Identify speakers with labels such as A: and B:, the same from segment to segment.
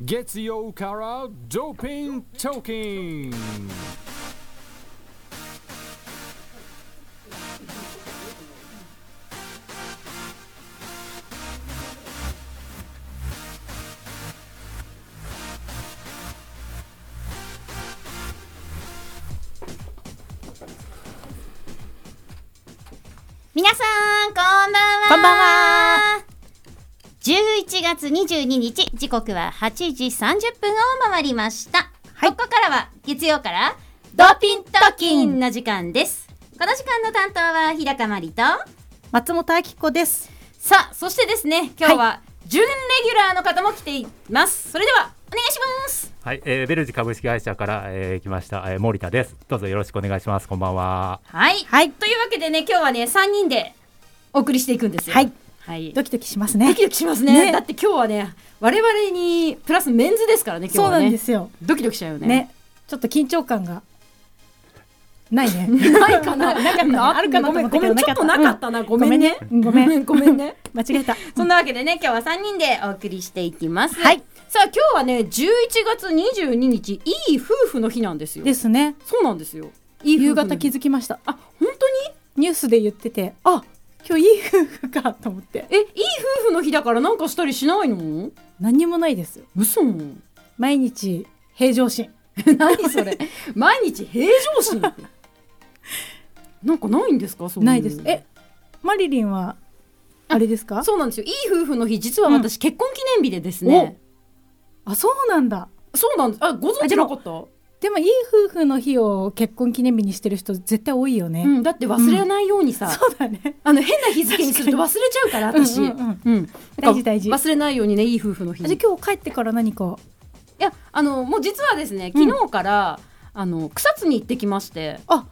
A: 月曜からドーピントーキング
B: 皆さん、こんばんは。
C: こんばん
B: は。11月22日、時刻は8時30分を回りました。
C: はい
B: ここからは月曜からドーピントーキンの時間です。この時間の担当は日高まりと。
C: 松本明子です。
B: さあ、そしてですね、今日は準レギュラーの方も来ています。それでは、お願いします。
D: はい、えー、ベルジ株式会社から、えー、来ました、えー、森田です。どうぞよろしくお願いします。こんばんは。
B: はい。
C: はい
B: というわけでね、今日はね、3人でお送りしていくんですよ。
C: はい。
B: はい。
C: ドキドキしますね
B: ド。キドキしますね
C: ね
B: だって今日はね我々にプラスメンズですからね今
C: そ
B: 日
C: う
B: は
C: な
B: ね
C: んですよ。
B: ドキドキしちゃうよね
C: ね、ちょっと緊張感が ないね。
B: ないかななか
C: ったなあるかな
B: ごめん
C: と
B: ごめ
C: 思
B: ん
C: っ
B: ちょ
C: たけど
B: っとなかったな、ごめんね
C: うんごめんね
B: ごめんね
C: 間違えた。
B: そんなわけでね今日は3人でお送りしていきます
C: はい
B: さあ今日はね11月22日いい夫婦の日なんですよ
C: ですね。
B: そうなんですよいい夫婦
C: 夕
B: の日
C: 方気づきました。あ、
B: あ本当
C: ニュースで言ってて、あ、今日いい夫婦かと思って。
B: にえいい夫婦の日だからなんかしたりしないの
C: 何にもないですよ。
B: 嘘
C: 毎日平常心。
B: 何それ 毎日平常 心なんかないんですかそういう
C: ないです。え、マリリンはあれですか？
B: そうなんですよ。いい夫婦の日、実は私、結婚記念日でですね。
C: あ、そうなんだ。
B: そうなんです。あ、ご存知なかった。
C: でもいい夫婦の日を結婚記念日にしてる人絶対多いよね。
B: うん、だって忘れないようにさ、
C: そうだね。
B: あの変な日付にすると忘れちゃうから、私。
C: うんうん
B: うん
C: 大事大事
B: なんか忘れないようにね、いい夫婦の日。
C: じ
B: い
C: ゃあ今日帰ってから何か。
B: や、あの、もう実はですね、昨日から、あの、草津に行ってきまして。
C: あ、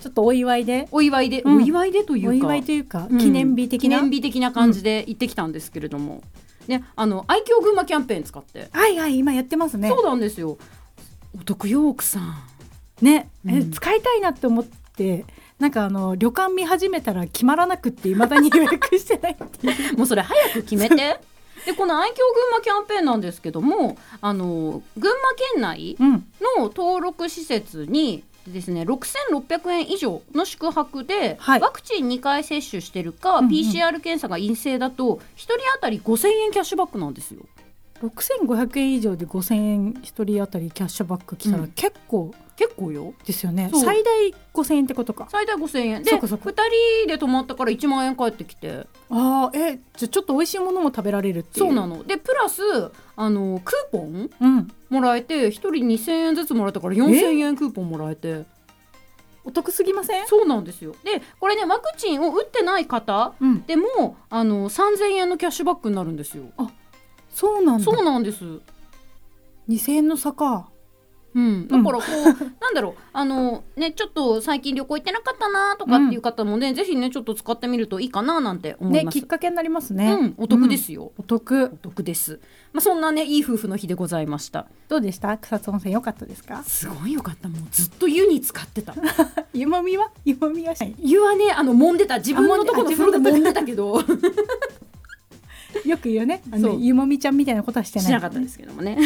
C: ちょっとお祝いで。
B: お祝いで、
C: うん
B: お祝いでというか。
C: お祝いというか、
B: うん
C: 記念日的な
B: 記念日的な感じで行ってきたんですけれども。ね、あの、愛嬌群馬キャンペーン使って。
C: はいはい今やってますね
B: そうなんですよ。お得よ、奥さん。
C: ね、
B: うん
C: え使いたいなって思ってなんかあの旅館見始めたら決まらなくっていまだに予約してないっ ていう
B: もうそれ早く決めて。でこの愛嬌群馬キャンペーンなんですけどもあの群馬県内
C: うん
B: の登録施設にですね6600円以上の宿泊で、
C: はい
B: ワクチン2回接種してるか、
C: うんうん
B: PCR 検査が陰性だと1人当たり5000円キャッシュバックなんですよ。
C: 6500円以上で5000円一人当たりキャッシュバック来た
B: う
C: ら
B: ん
C: 結構
B: 結構よ
C: ですよね、
B: そう
C: 最大5000円ってことか
B: 最大5000円で
C: そ
B: 2
C: っかそっか
B: 人で泊まったから1万円返ってきて
C: ああえじゃあちょっと美味しいものも食べられるっていう
B: そうなのでプラスあのクーポン
C: うん
B: もらえて1人2000円ずつもらったから4000円クーポンもらえて。
C: お得すぎません
B: そうなんですよでこれねワクチンを打ってない方
C: うん
B: でもあの3000円のキャッシュバックになるんですよ
C: そうなんだ
B: そうなんです
C: 2000円の差か
B: うん、だからこう、 なんだろうあのねちょっと最近旅行行ってなかったなとかっていう方もね、ぜひねちょっと使ってみるといいかななんて思い
C: ね
B: ます、
C: きっかけになりますね、
B: うんお得ですよ、
C: お得
B: お得ですまあそんなねいい夫婦の日でございました
C: どうでした草津温泉良かったですか
B: すごいよかったもうずっと湯に使ってた
C: 湯もみは湯もみはしない
B: 湯はねあの揉んでた自分のところの風呂で揉んでたけど
C: よく言うね。あの
B: そう
C: ゆもみちゃんみたいなことはしてない。
B: しなかったですけどもね。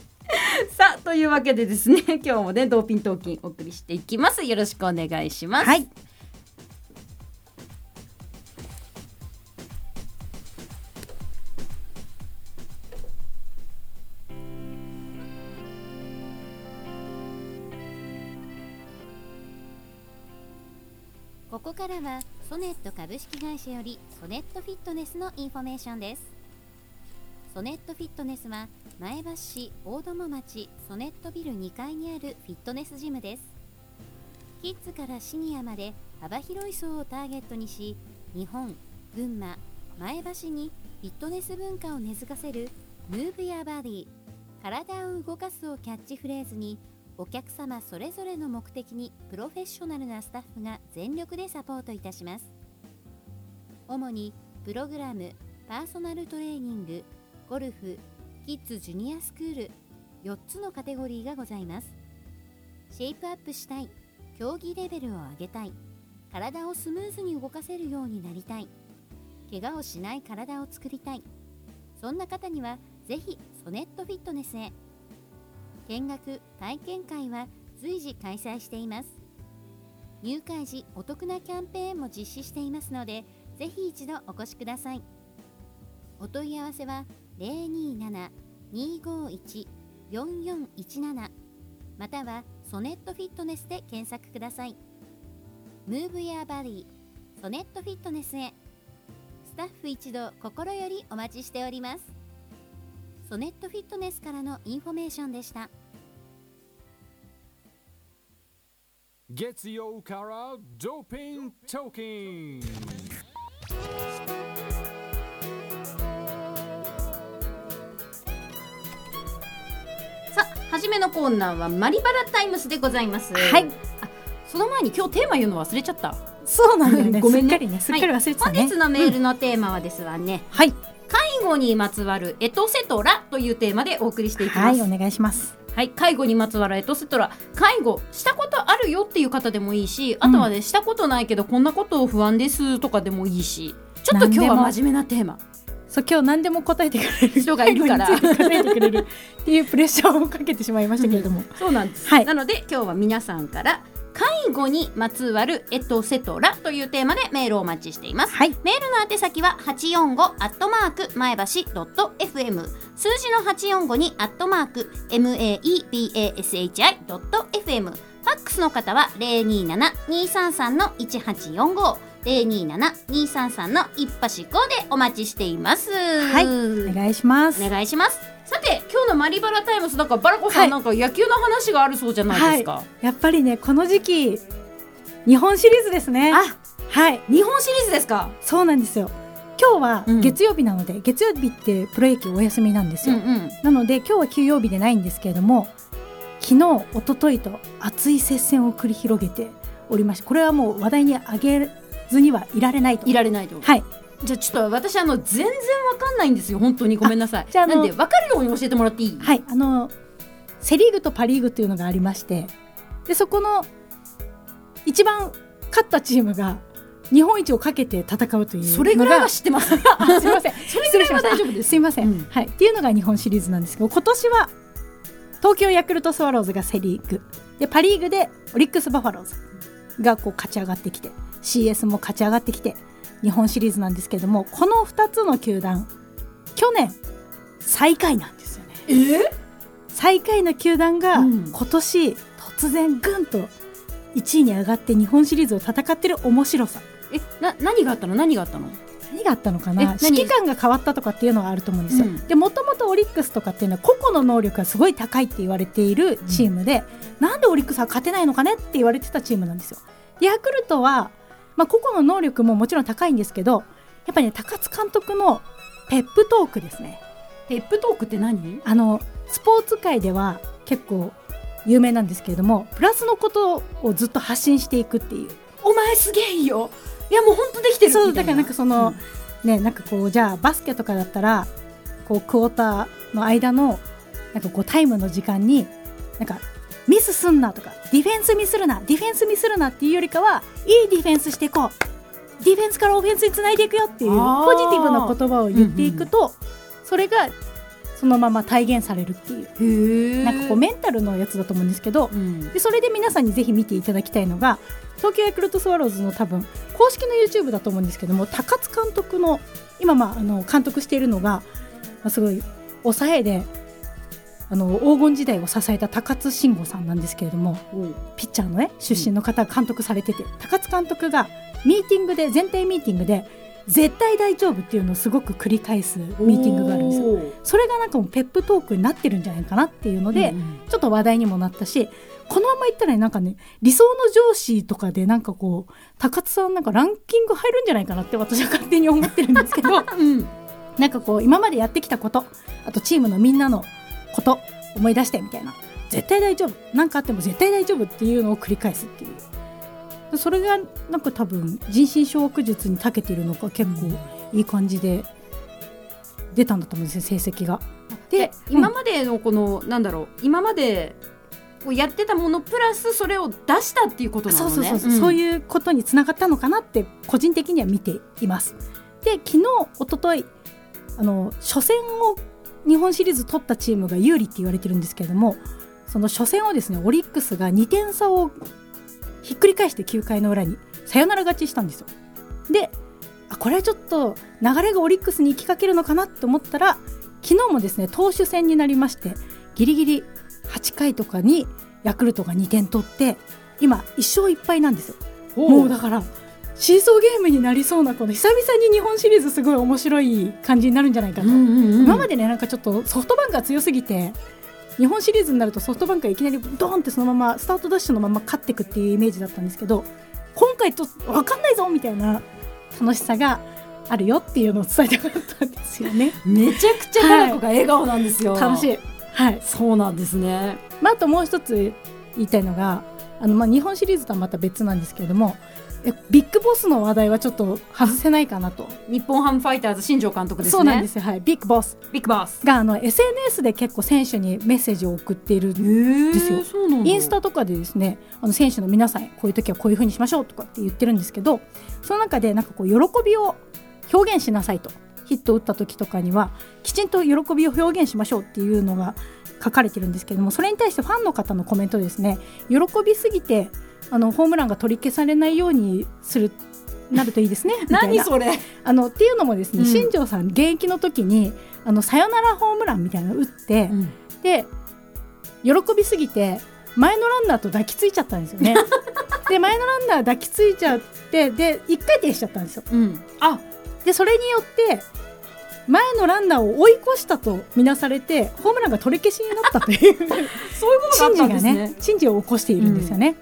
B: さあというわけでですね 今日もねドーピントーキンお送りしていきますよろしくお願いします。
C: はい。
E: ここからはソネット株式会社よりソネットフィットネスのインフォメーションですソネットフィットネスは前橋市大友町ソネットビル2階にあるフィットネスジムですキッズからシニアまで幅広い層をターゲットにし日本、群馬、前橋にフィットネス文化を根付かせるムーブやバディ体を動かすをキャッチフレーズにお客様それぞれの目的にプロフェッショナルなスタッフが全力でサポートいたします主にプログラムパーソナルトレーニングゴルフキッズジュニアスクール4つのカテゴリーがございますシェイプアップしたい競技レベルを上げたい体をスムーズに動かせるようになりたい怪我をしない体を作りたいそんな方にはぜひソネットフィットネスへ見学体験会は随時開催しています入会時お得なキャンペーンも実施していますのでぜひ一度お越しくださいお問い合わせは027-251-4417またはソネットフィットネスで検索くださいムーブやバディソネットフィットネスへスタッフ一同心よりお待ちしておりますソネットフィットネスからのインフォメーションでした
A: Gets yo kara doping toking.
B: さあ初めのコーナーはマリバラタイムスでございます
C: はい
B: あその前に今日テーマ言うの忘れちゃ った
C: そうなんだよね
B: ごめんね
C: すっかりねすっかり忘れてた
B: 本
C: ね、
B: 日のメールのテーマはですわね、
C: はい
B: 介護にまつわるエトセトラというテーマでお送りしていき
C: は
B: ます
C: いお願いします
B: はい、介護にまつわるエトセトラ介護したことあるよっていう方でもいいしあとはね、したことないけどこんなことを不安ですとかでもいいしちょっと今日は
C: 何でも
B: 真面目なテーマ
C: そう今日何でも答えてくれる
B: 人がいるから
C: 最後について答えてくれるっていうプレッシャーをかけてしまいましたけれど も、
B: そうなんです、
C: はい
B: なので今日は皆さんから介護にまつわるエトセトラというテーマでメールをお待ちしています
C: はい
B: メールの宛先は845アットマーク前橋ドット FM 数字の845にアットマーク MAEBASHI ドット FM ファックスの方は027233の1845 027233の一発5でお待ちしています。
C: はいお願いします
B: お願いします。さて今日のマリバラタイムスだからバラコさん、
C: はい
B: なんか野球の話があるそうじゃないですか。
C: やっぱりねこの時期日本シリーズですね
B: あ、
C: はい
B: 日本シリーズですか。
C: そうなんですよ今日は
B: うん
C: 月曜日なので、月曜日ってプロ野球お休みなんです
B: うん
C: よ、
B: うん。
C: なので今日は休養日でないんですけれども昨日一昨日と熱い接戦を繰り広げておりましてこれはもう話題に上げずにはいられないと
B: いられないと思う。
C: はい
B: じゃあちょっと私あの全然わかんないんですよ本当にごめんなさい。
C: じゃああの
B: なんでわかるように教えてもらっていい？
C: はいあのセ・リーグとパ・リーグというのがありましてでそこの一番勝ったチームが日本一をかけて戦うというのが
B: それぐらいは知ってます。
C: あすいません
B: それぐらいは大丈夫です。
C: すいません、
B: うん
C: はい、っていうのが日本シリーズなんですけど今年は東京ヤクルトスワローズがセ・リーグでパ・リーグでオリックス・バファローズがこう勝ち上がってきて CS も勝ち上がってきて日本シリーズなんですけどもこの2つの球団去年最下位なんですよね。
B: えー？
C: 最下位の球団が
B: うん
C: 今年突然ぐんと1位に上がって日本シリーズを戦ってる面白さ
B: えな何があったの何があったの？
C: 何があったのか
B: え
C: な
B: 何
C: 指揮官が変わったとかっていうのはあると思うんですよ、
B: うん
C: でもともとオリックスとかっていうのは個々の能力がすごい高いって言われているチームで、なんでオリックスは勝てないのかねって言われてたチームなんですよでヤクルトは、まあ、個々の能力ももちろん高いんですけどやっぱりね高津監督のペップトークですね
B: ペップトークって何？
C: あのスポーツ界では結構有名なんですけれどもプラスのことをずっと発信していくっていう
B: お前すげえいいよ。いやもう本当できてるみたいな。
C: そうだからなんかその
B: うん
C: ねなんかこうじゃあバスケとかだったらこうクォーターの間のなんかこうタイムの時間になんかミスすんなとかディフェンスミスるなディフェンスミスるなっていうよりかはいいディフェンスしていこうディフェンスからオフェンスにつないでいくよっていう
B: あー
C: ポジティブな言葉を言っていくと、それがそのまま体現されるっていう
B: へえ。
C: なんかこうメンタルのやつだと思うんですけど、
B: うん。
C: でそれで皆さんにぜひ見ていただきたいのが東京ヤクルトスワローズの多分公式の YouTube だと思うんですけども高津監督の今、まあ、あの監督しているのが、まあ、すごい抑えであの黄金時代を支えた高津慎吾さんなんですけれどもピッチャーの、ね、出身の方が監督されてて、高津監督がミーティングで全体ミーティングで絶対大丈夫っていうのをすごく繰り返すミーティングがあるんですよ。
B: よ。
C: それがなんかもうペップトークになってるんじゃないかなっていうので、
B: うんうん
C: ちょっと話題にもなったしこのままいったらねなんかね理想の上司とかでなんかこう高津さんなんかランキング入るんじゃないかなって私は勝手に思ってるんですけど
B: うん。
C: なんかこう今までやってきたことあとチームのみんなのこと思い出してみたいな絶対大丈夫何かあっても絶対大丈夫っていうのを繰り返すっていうそれがなんか多分人心掌握術に長けてるのか結構いい感じで出たんだと思うんですよ成績が。
B: で
C: で
B: 今までのこの、なんだろう今までこうやってたものプラスそれを出したっていうことなの
C: そ
B: ね
C: うそうそうそう、そう
B: う
C: いうことにつながったのかなって個人的には見ています。で昨日一昨日あの初戦を日本シリーズ取ったチームが有利って言われてるんですけれどもその初戦をですねオリックスが2点差をひっくり返して9回の裏にサヨナラ勝ちしたんですよ。であこれはちょっと流れがオリックスに行きかけるのかなと思ったら昨日もですね投手戦になりましてギリギリ8回とかにヤクルトが2点取って今1勝1敗なんですよ。もうだからシーソーゲームになりそうなこの久々に日本シリーズすごい面白い感じになるんじゃないかと、今までねなんかちょっとソフトバンクが強すぎて日本シリーズになるとソフトバンクがいきなりドーンってそのままスタートダッシュのまま勝っていくっていうイメージだったんですけど今回と分かんないぞみたいな楽しさがあるよっていうのを伝えたかったんですよ ね
B: めちゃくちゃ花子が笑顔なんですよ、
C: 楽しいはい
B: そうなんですね
C: まあ、あともう一つ言いたいのがあの、まあ、日本シリーズとはまた別なんですけれどもえビッグボスの話題はちょっと外せないかなと、
B: 日本ハムファイターズ新庄監督ですね
C: そうなんですよ、はい、ビッグボス
B: ビッグバス
C: があの SNS で結構選手にメッセージを送っている
B: へえ
C: ですよ
B: そうなんだ
C: インスタとかでですねあの選手の皆さんへこういう時はこういうふうにしましょうとかって言ってるんですけどその中でなんかこう喜びを表現しなさいとヒットを打った時とかにはきちんと喜びを表現しましょうっていうのが書かれてるんですけどもそれに対してファンの方のコメントですね喜びすぎてあのホームランが取り消されないようにするなるといい ですねみたい
B: 何
C: な
B: それ
C: あのっていうのもですね、
B: うん
C: 新庄さん現役の時にあのサヨナラホームランみたいなのを打って、で喜びすぎて前のランナーと抱きついちゃったんですよねで前のランナー抱きついちゃってで一回転しちゃったんですよ
B: うんあ
C: でそれによって前のランナーを追い越したとみなされてホームランが取り消しになったという
B: そういうことだ
C: 珍
B: った
C: 事
B: んで
C: が
B: すね
C: ね珍事を起こしているんですよね、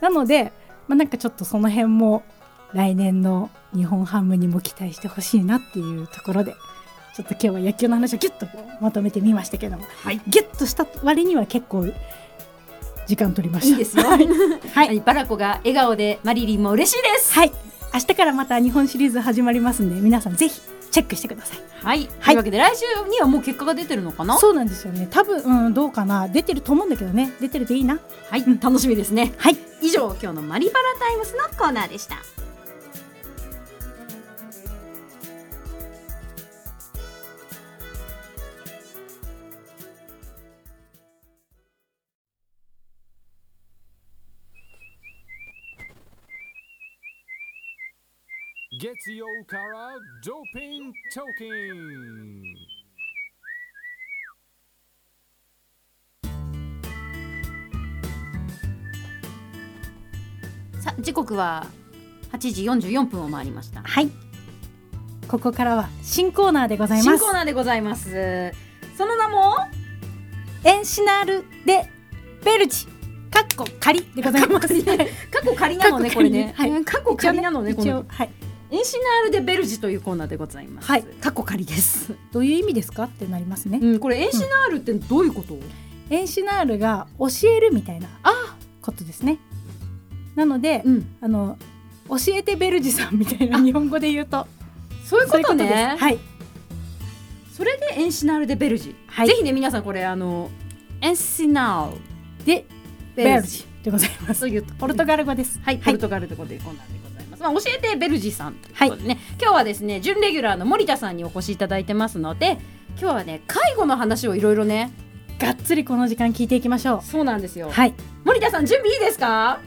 C: なので、まあ、なんかちょっとその辺も来年の日本ハムにも期待してほしいなっていうところでちょっと今日は野球の話をギュッとまとめてみましたけども、
B: はい
C: ギュッとした割には結構時間取りました
B: いいですよ
C: はい、
B: はい、バラコが笑顔でマリリンも嬉しいです
C: はい、明日からまた日本シリーズ始まりますんで皆さんぜひチェックしてください
B: はい、というわけで来週にはもう結果が出てるのかな
C: そうなんですよね多分、うん、どうかな出てると思うんだけどね出てるといいな
B: はい、楽しみですね
C: はい
B: 以上今日のマリバラタイムスのコーナーでした
A: 月曜からドーピングトーキング
B: さあ時刻は8時44分を回りました
C: はいここからは新コーナーでございま
B: 新
C: す
B: コーナーでございますその名も
C: エンシナルでベルチかっこ仮でございます
B: 過去仮なのねこれね
C: 過去仮はい
B: 過去仮なのねこ
C: 一応
B: の
C: はい
B: エンシナールでベルジというコーナーでございます
C: はい
B: 過去仮です
C: どういう意味ですかってなりますね、
B: うんこれエンシナールってどういうこと
C: エンシナールが教えるみたいな
B: あ
C: ことですねなので、
B: うん
C: あの教えてベルジさんみたいな
B: あ
C: 日本語で言うと
B: そういうこと
C: そういう
B: ね
C: ですはい
B: それでエンシナールでベルジ
C: はい
B: ぜひね皆さんこれあのエンシナールで
C: ベ
B: ベ
C: ル
B: ル
C: ジ
B: ジ
C: でございます
B: そういう
C: ポルトガル語です
B: はい、ポルトガルとでこんなんでございます。まあ、教えてベルジさんということでね、今日はですね、準レギュラーの森田さんにお越しいただいてますので、今日はね、介護の話をいろいろね、
C: がっつりこの時間聞いていきましょ
B: そうなんですよ。
C: うはい
B: 森田さん、準備いいですか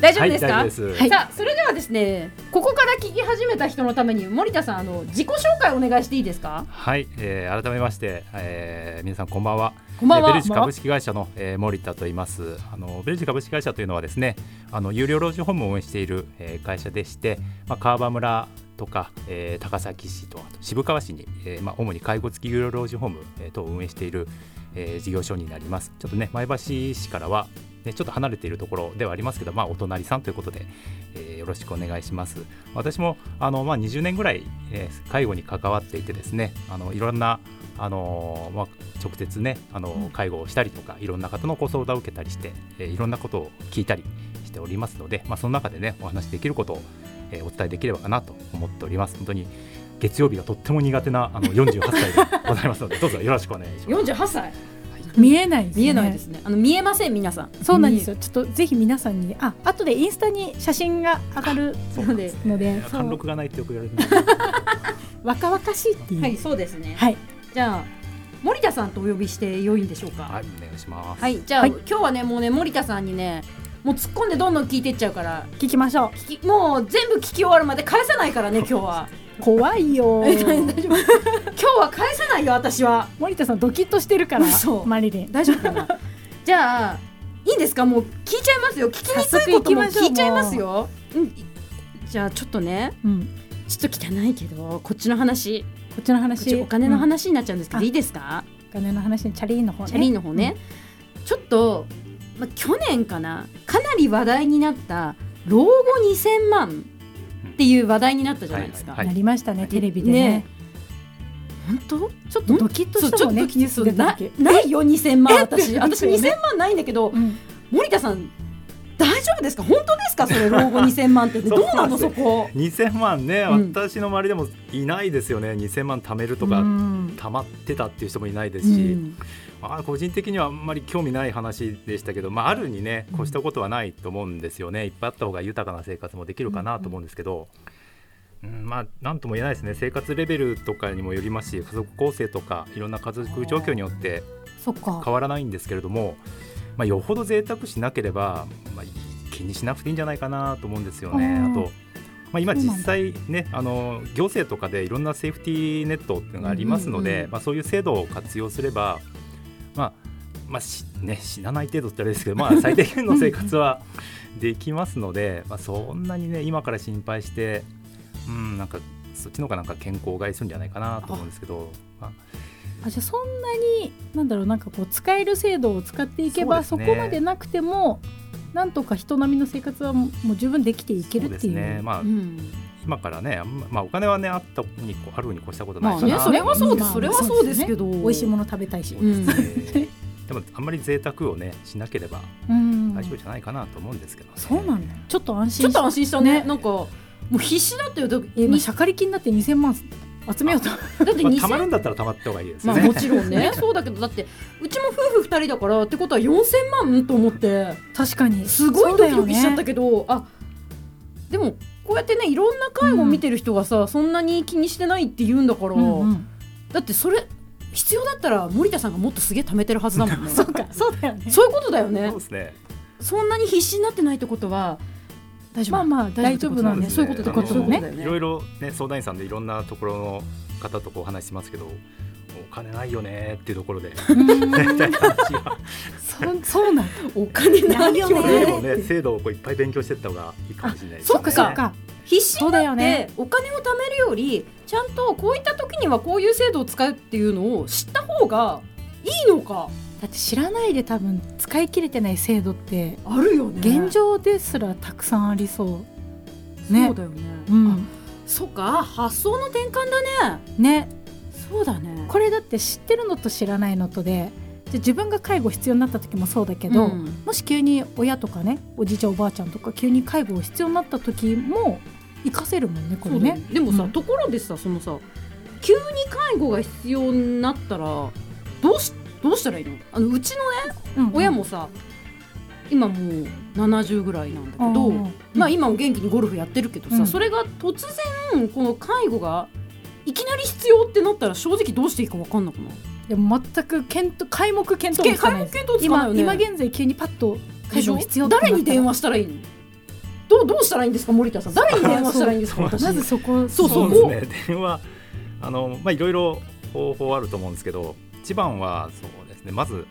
B: 大丈夫ですか、
D: はい、大丈夫です。
C: はい
B: さあ、それではですね、ここから聞き始めた人のために、森田さん、あの自己紹介お願いしていいですか
D: はい、えー改めまして、えー皆さんこんばんは。
B: こんばんは
D: えーベルジ株式会社の、えー森田と言います。あのベルジ株式会社というのはですね、あの有料老人ホームを運営している、えー会社でして、まあ川場村とか、えー高崎市とあと渋川市に、えーまあ主に介護付き有料老人ホーム、えー等を運営している、えー事業所になります。ちょっとね前橋市からは。ね、ちょっと離れているところではありますけど、まあ、お隣さんということで、えーよろしくお願いします。私もあの、まあ、20年ぐらい、えー介護に関わっていてですねあのいろんなあの、まあ、直接ねあの介護をしたりとかいろんな方のご相談を受けたりして、えーいろんなことを聞いたりしておりますので、まあ、その中でねお話しできることを、えーお伝えできればかなと思っております。本当に月曜日がとっても苦手なあの48歳でございますので どうぞよろしくお願いします。
B: ?48 歳
C: 見えないです、ね、
B: 見えないですね。あの見えません、皆さん。
C: そうなんです
B: よ。
C: よちょっとぜひ皆さんにあ後でインスタに写真が上がる
D: そう
B: なので、
C: のでそう
D: 貫禄がないってよく言われるんですけど
C: 若々しいっていう
B: はい、そうですね。
C: はい
B: じゃあ森田さんとお呼びして良いんでしょうか
D: はい、お願いします。
B: はい、じゃあ、
C: はい
B: 今日はねもうね森田さんにねもう突っ込んでどんどん聞いてっちゃうから
C: 聞きましょ
B: 聞きもう全部聞き終わるまで返さないからね今日 は
C: う怖いよ
B: 今日は返さないよ私は
C: 森田さんドキッとしてるから
B: 嘘
C: マリリン
B: 大丈夫かな じゃあいいんですかもう聞いちゃいますよ聞きにくいことも
C: 早速行きましょう
B: 聞いちゃいますようんじゃあちょっとね
C: うん
B: ちょっと汚いけどこっちの話
C: こっちの
B: こっち
C: 話
B: お金の
C: うん
B: 話になっちゃうんですけど、
C: うん
B: いいですか
C: お金の話にチャリーンの方ね
B: チャリーの方ね、ちょっと、まあ、去年かなかなり話題になった老後2000万っていう話題になったじゃないですか。
D: は
C: う
D: い
C: んなりましたねテレビでね
B: 本当
C: ちょっとドキッとしたもんね
B: そう
C: ニュース出た時
B: なないよ2000万私私
C: えってなりますよね
B: 2000万ないんだけど
C: うん
B: 森田さん大丈夫ですか本当ですかそれ老 後2000万って、どうなの
D: そ
B: そうこ
D: 2000万ね、
B: うん
D: 私の周りでもいないですよね2000万貯めるとか、
C: うん
D: 溜まってたっていう人もいないで
B: う
D: すし、
B: ん
D: まあ、個人的にはあんまり興味ない話でしたけど、まあ、あるにね越したことはないと思うんですよね、いっぱいあった方が豊かな生活もできるかなと思うんですけど、うん、まあ何とも言えないですね生活レベルとかにもよりますし家族構成とかいろんな家族状況によって
C: そっか
D: 変わらないんですけれども、まあ、よほど贅沢しなければ、まあ、気にしなくていいんじゃないかなと思うんですよね。
C: あー
D: あとまあ、今
C: そうなんだ
D: 実際ねあの行政とかでいろんなセーフティーネットっていうのがありますので、
B: うんうんうん
D: まあ、そういう制度を活用すれば、まあまあしね、死なない程度ってあれですけど、まあ、最低限の生 活はできますので、まあ、そんなにね今から心配して、うん、なんかそっちの方がなんか健康を害するんじゃないかなと思うんですけど、まあ、
C: あじゃあそんなになんだろうなんかこう使える制度を使っていけばそ,、
D: そうですね
C: こまでなくてもなんとか人並みの生活はもうもう十分できていけ
D: そう
C: る
D: で
C: って
D: す
C: いう
D: ね、まあ
B: う、ん
D: 今からね、あんままあ、お金はねあったにこあるに越したことな
B: ま
D: い
B: あ
D: かな、
B: ねそれはそうです、
C: まあ
B: それはそうですけど
C: 美味しいもの食べたいし、
B: うん
D: でもあんまり贅沢をねしなければ
C: うん
D: 大丈夫じゃないかなと思うんですけど、ね
C: そうなんだよちょっと安
B: ちょ
C: 心
B: っと安心したね
C: ね
B: なんかもう必死だったよだって
C: え
B: に
C: 今しゃかりきになって2000万集めようと
B: だって
D: まあ、
B: 2000
D: たまるんだったらたまった方がいいです
B: ま
D: よ
B: あ
D: ね、
B: もちろん ねそうだけどだってうちも夫婦2人だからってことは4000万と思って
C: 確かに
B: すごいドキドキしちゃったけ
C: け
B: ど、あでもこうやってねいろんな介護を見てる人がさ、そんなに気にしてないって言うんだから、だってそれ必要だったら森田さんがもっとすげえ貯めてるはずだも んね
C: そうかそうだよね
B: そういうことだよね
D: そうですね
B: そんなに必死になってないってことは大丈夫
C: まあまあ大丈夫なんで
D: そ
C: そう
D: う
C: いう
D: で
C: こと
D: す
C: って
D: ね
C: ことだ
B: あの
C: ね
D: いろいろね相談員さんでいろんなところの方とこうお話ししますけどお金ないよねっていうとこ ろで大体話が
C: そうそうなん
B: お金ないよ
C: ないよ
D: で
B: ね
C: ね
D: もね制度をこういっぱい勉強していった方がいいかもしれないですね
C: そっかそっか
B: 必死に
C: そうだ
B: な
C: よ
B: っ
C: ね
B: てお金を貯めるよりちゃんとこういった時にはこういう制度を使うっていうのを知った方がいいのか
C: だって知らないで多分使い切れてない制度って
B: あるよね
C: 現状ですらたくさんありそうね
B: そうだよね、
C: うん
B: そっか発想の転換だね
C: ね
B: そうだね
C: これだって知ってるのと知らないのとでじゃあ自分が介護必要になった時もそうだけ
B: う
C: ど、
B: ん
C: もし急に親とかねおじいちゃんおばあちゃんとか急に介護を必要になった時も活かせるもんねこ
B: そ
C: れ
B: うだよ
C: ね
B: ねでもさ、
C: うん
B: ところでさそのさ急に介護が必要になったらどうしどうしたらいいのあのうちの
C: うん
B: 親もさ、今もう70ぐらいなんだけど、
C: うんうん
B: まあ今も元気にゴルフやってるけどさ、
C: うん
B: それが突然この介護がいきなり必要ってなったら正直どうしていいか分かんなくない
C: いや全く検討皆目検討もつかないです
B: 介護系統つかない
C: 今
B: よね
C: 今現在急にパッと
B: で
C: 介
B: しょ
C: 護必要ってなった
B: 誰
C: ら
B: に電話したらいいのどうどうしたらいいんですか森田さん誰に電話したらいいんですか
D: そう
B: 私
C: まずそこ
B: そう
D: そう
B: こ
D: ですね電話あのまあいろいろ方法あると思うんですけど一番はそうですねまずう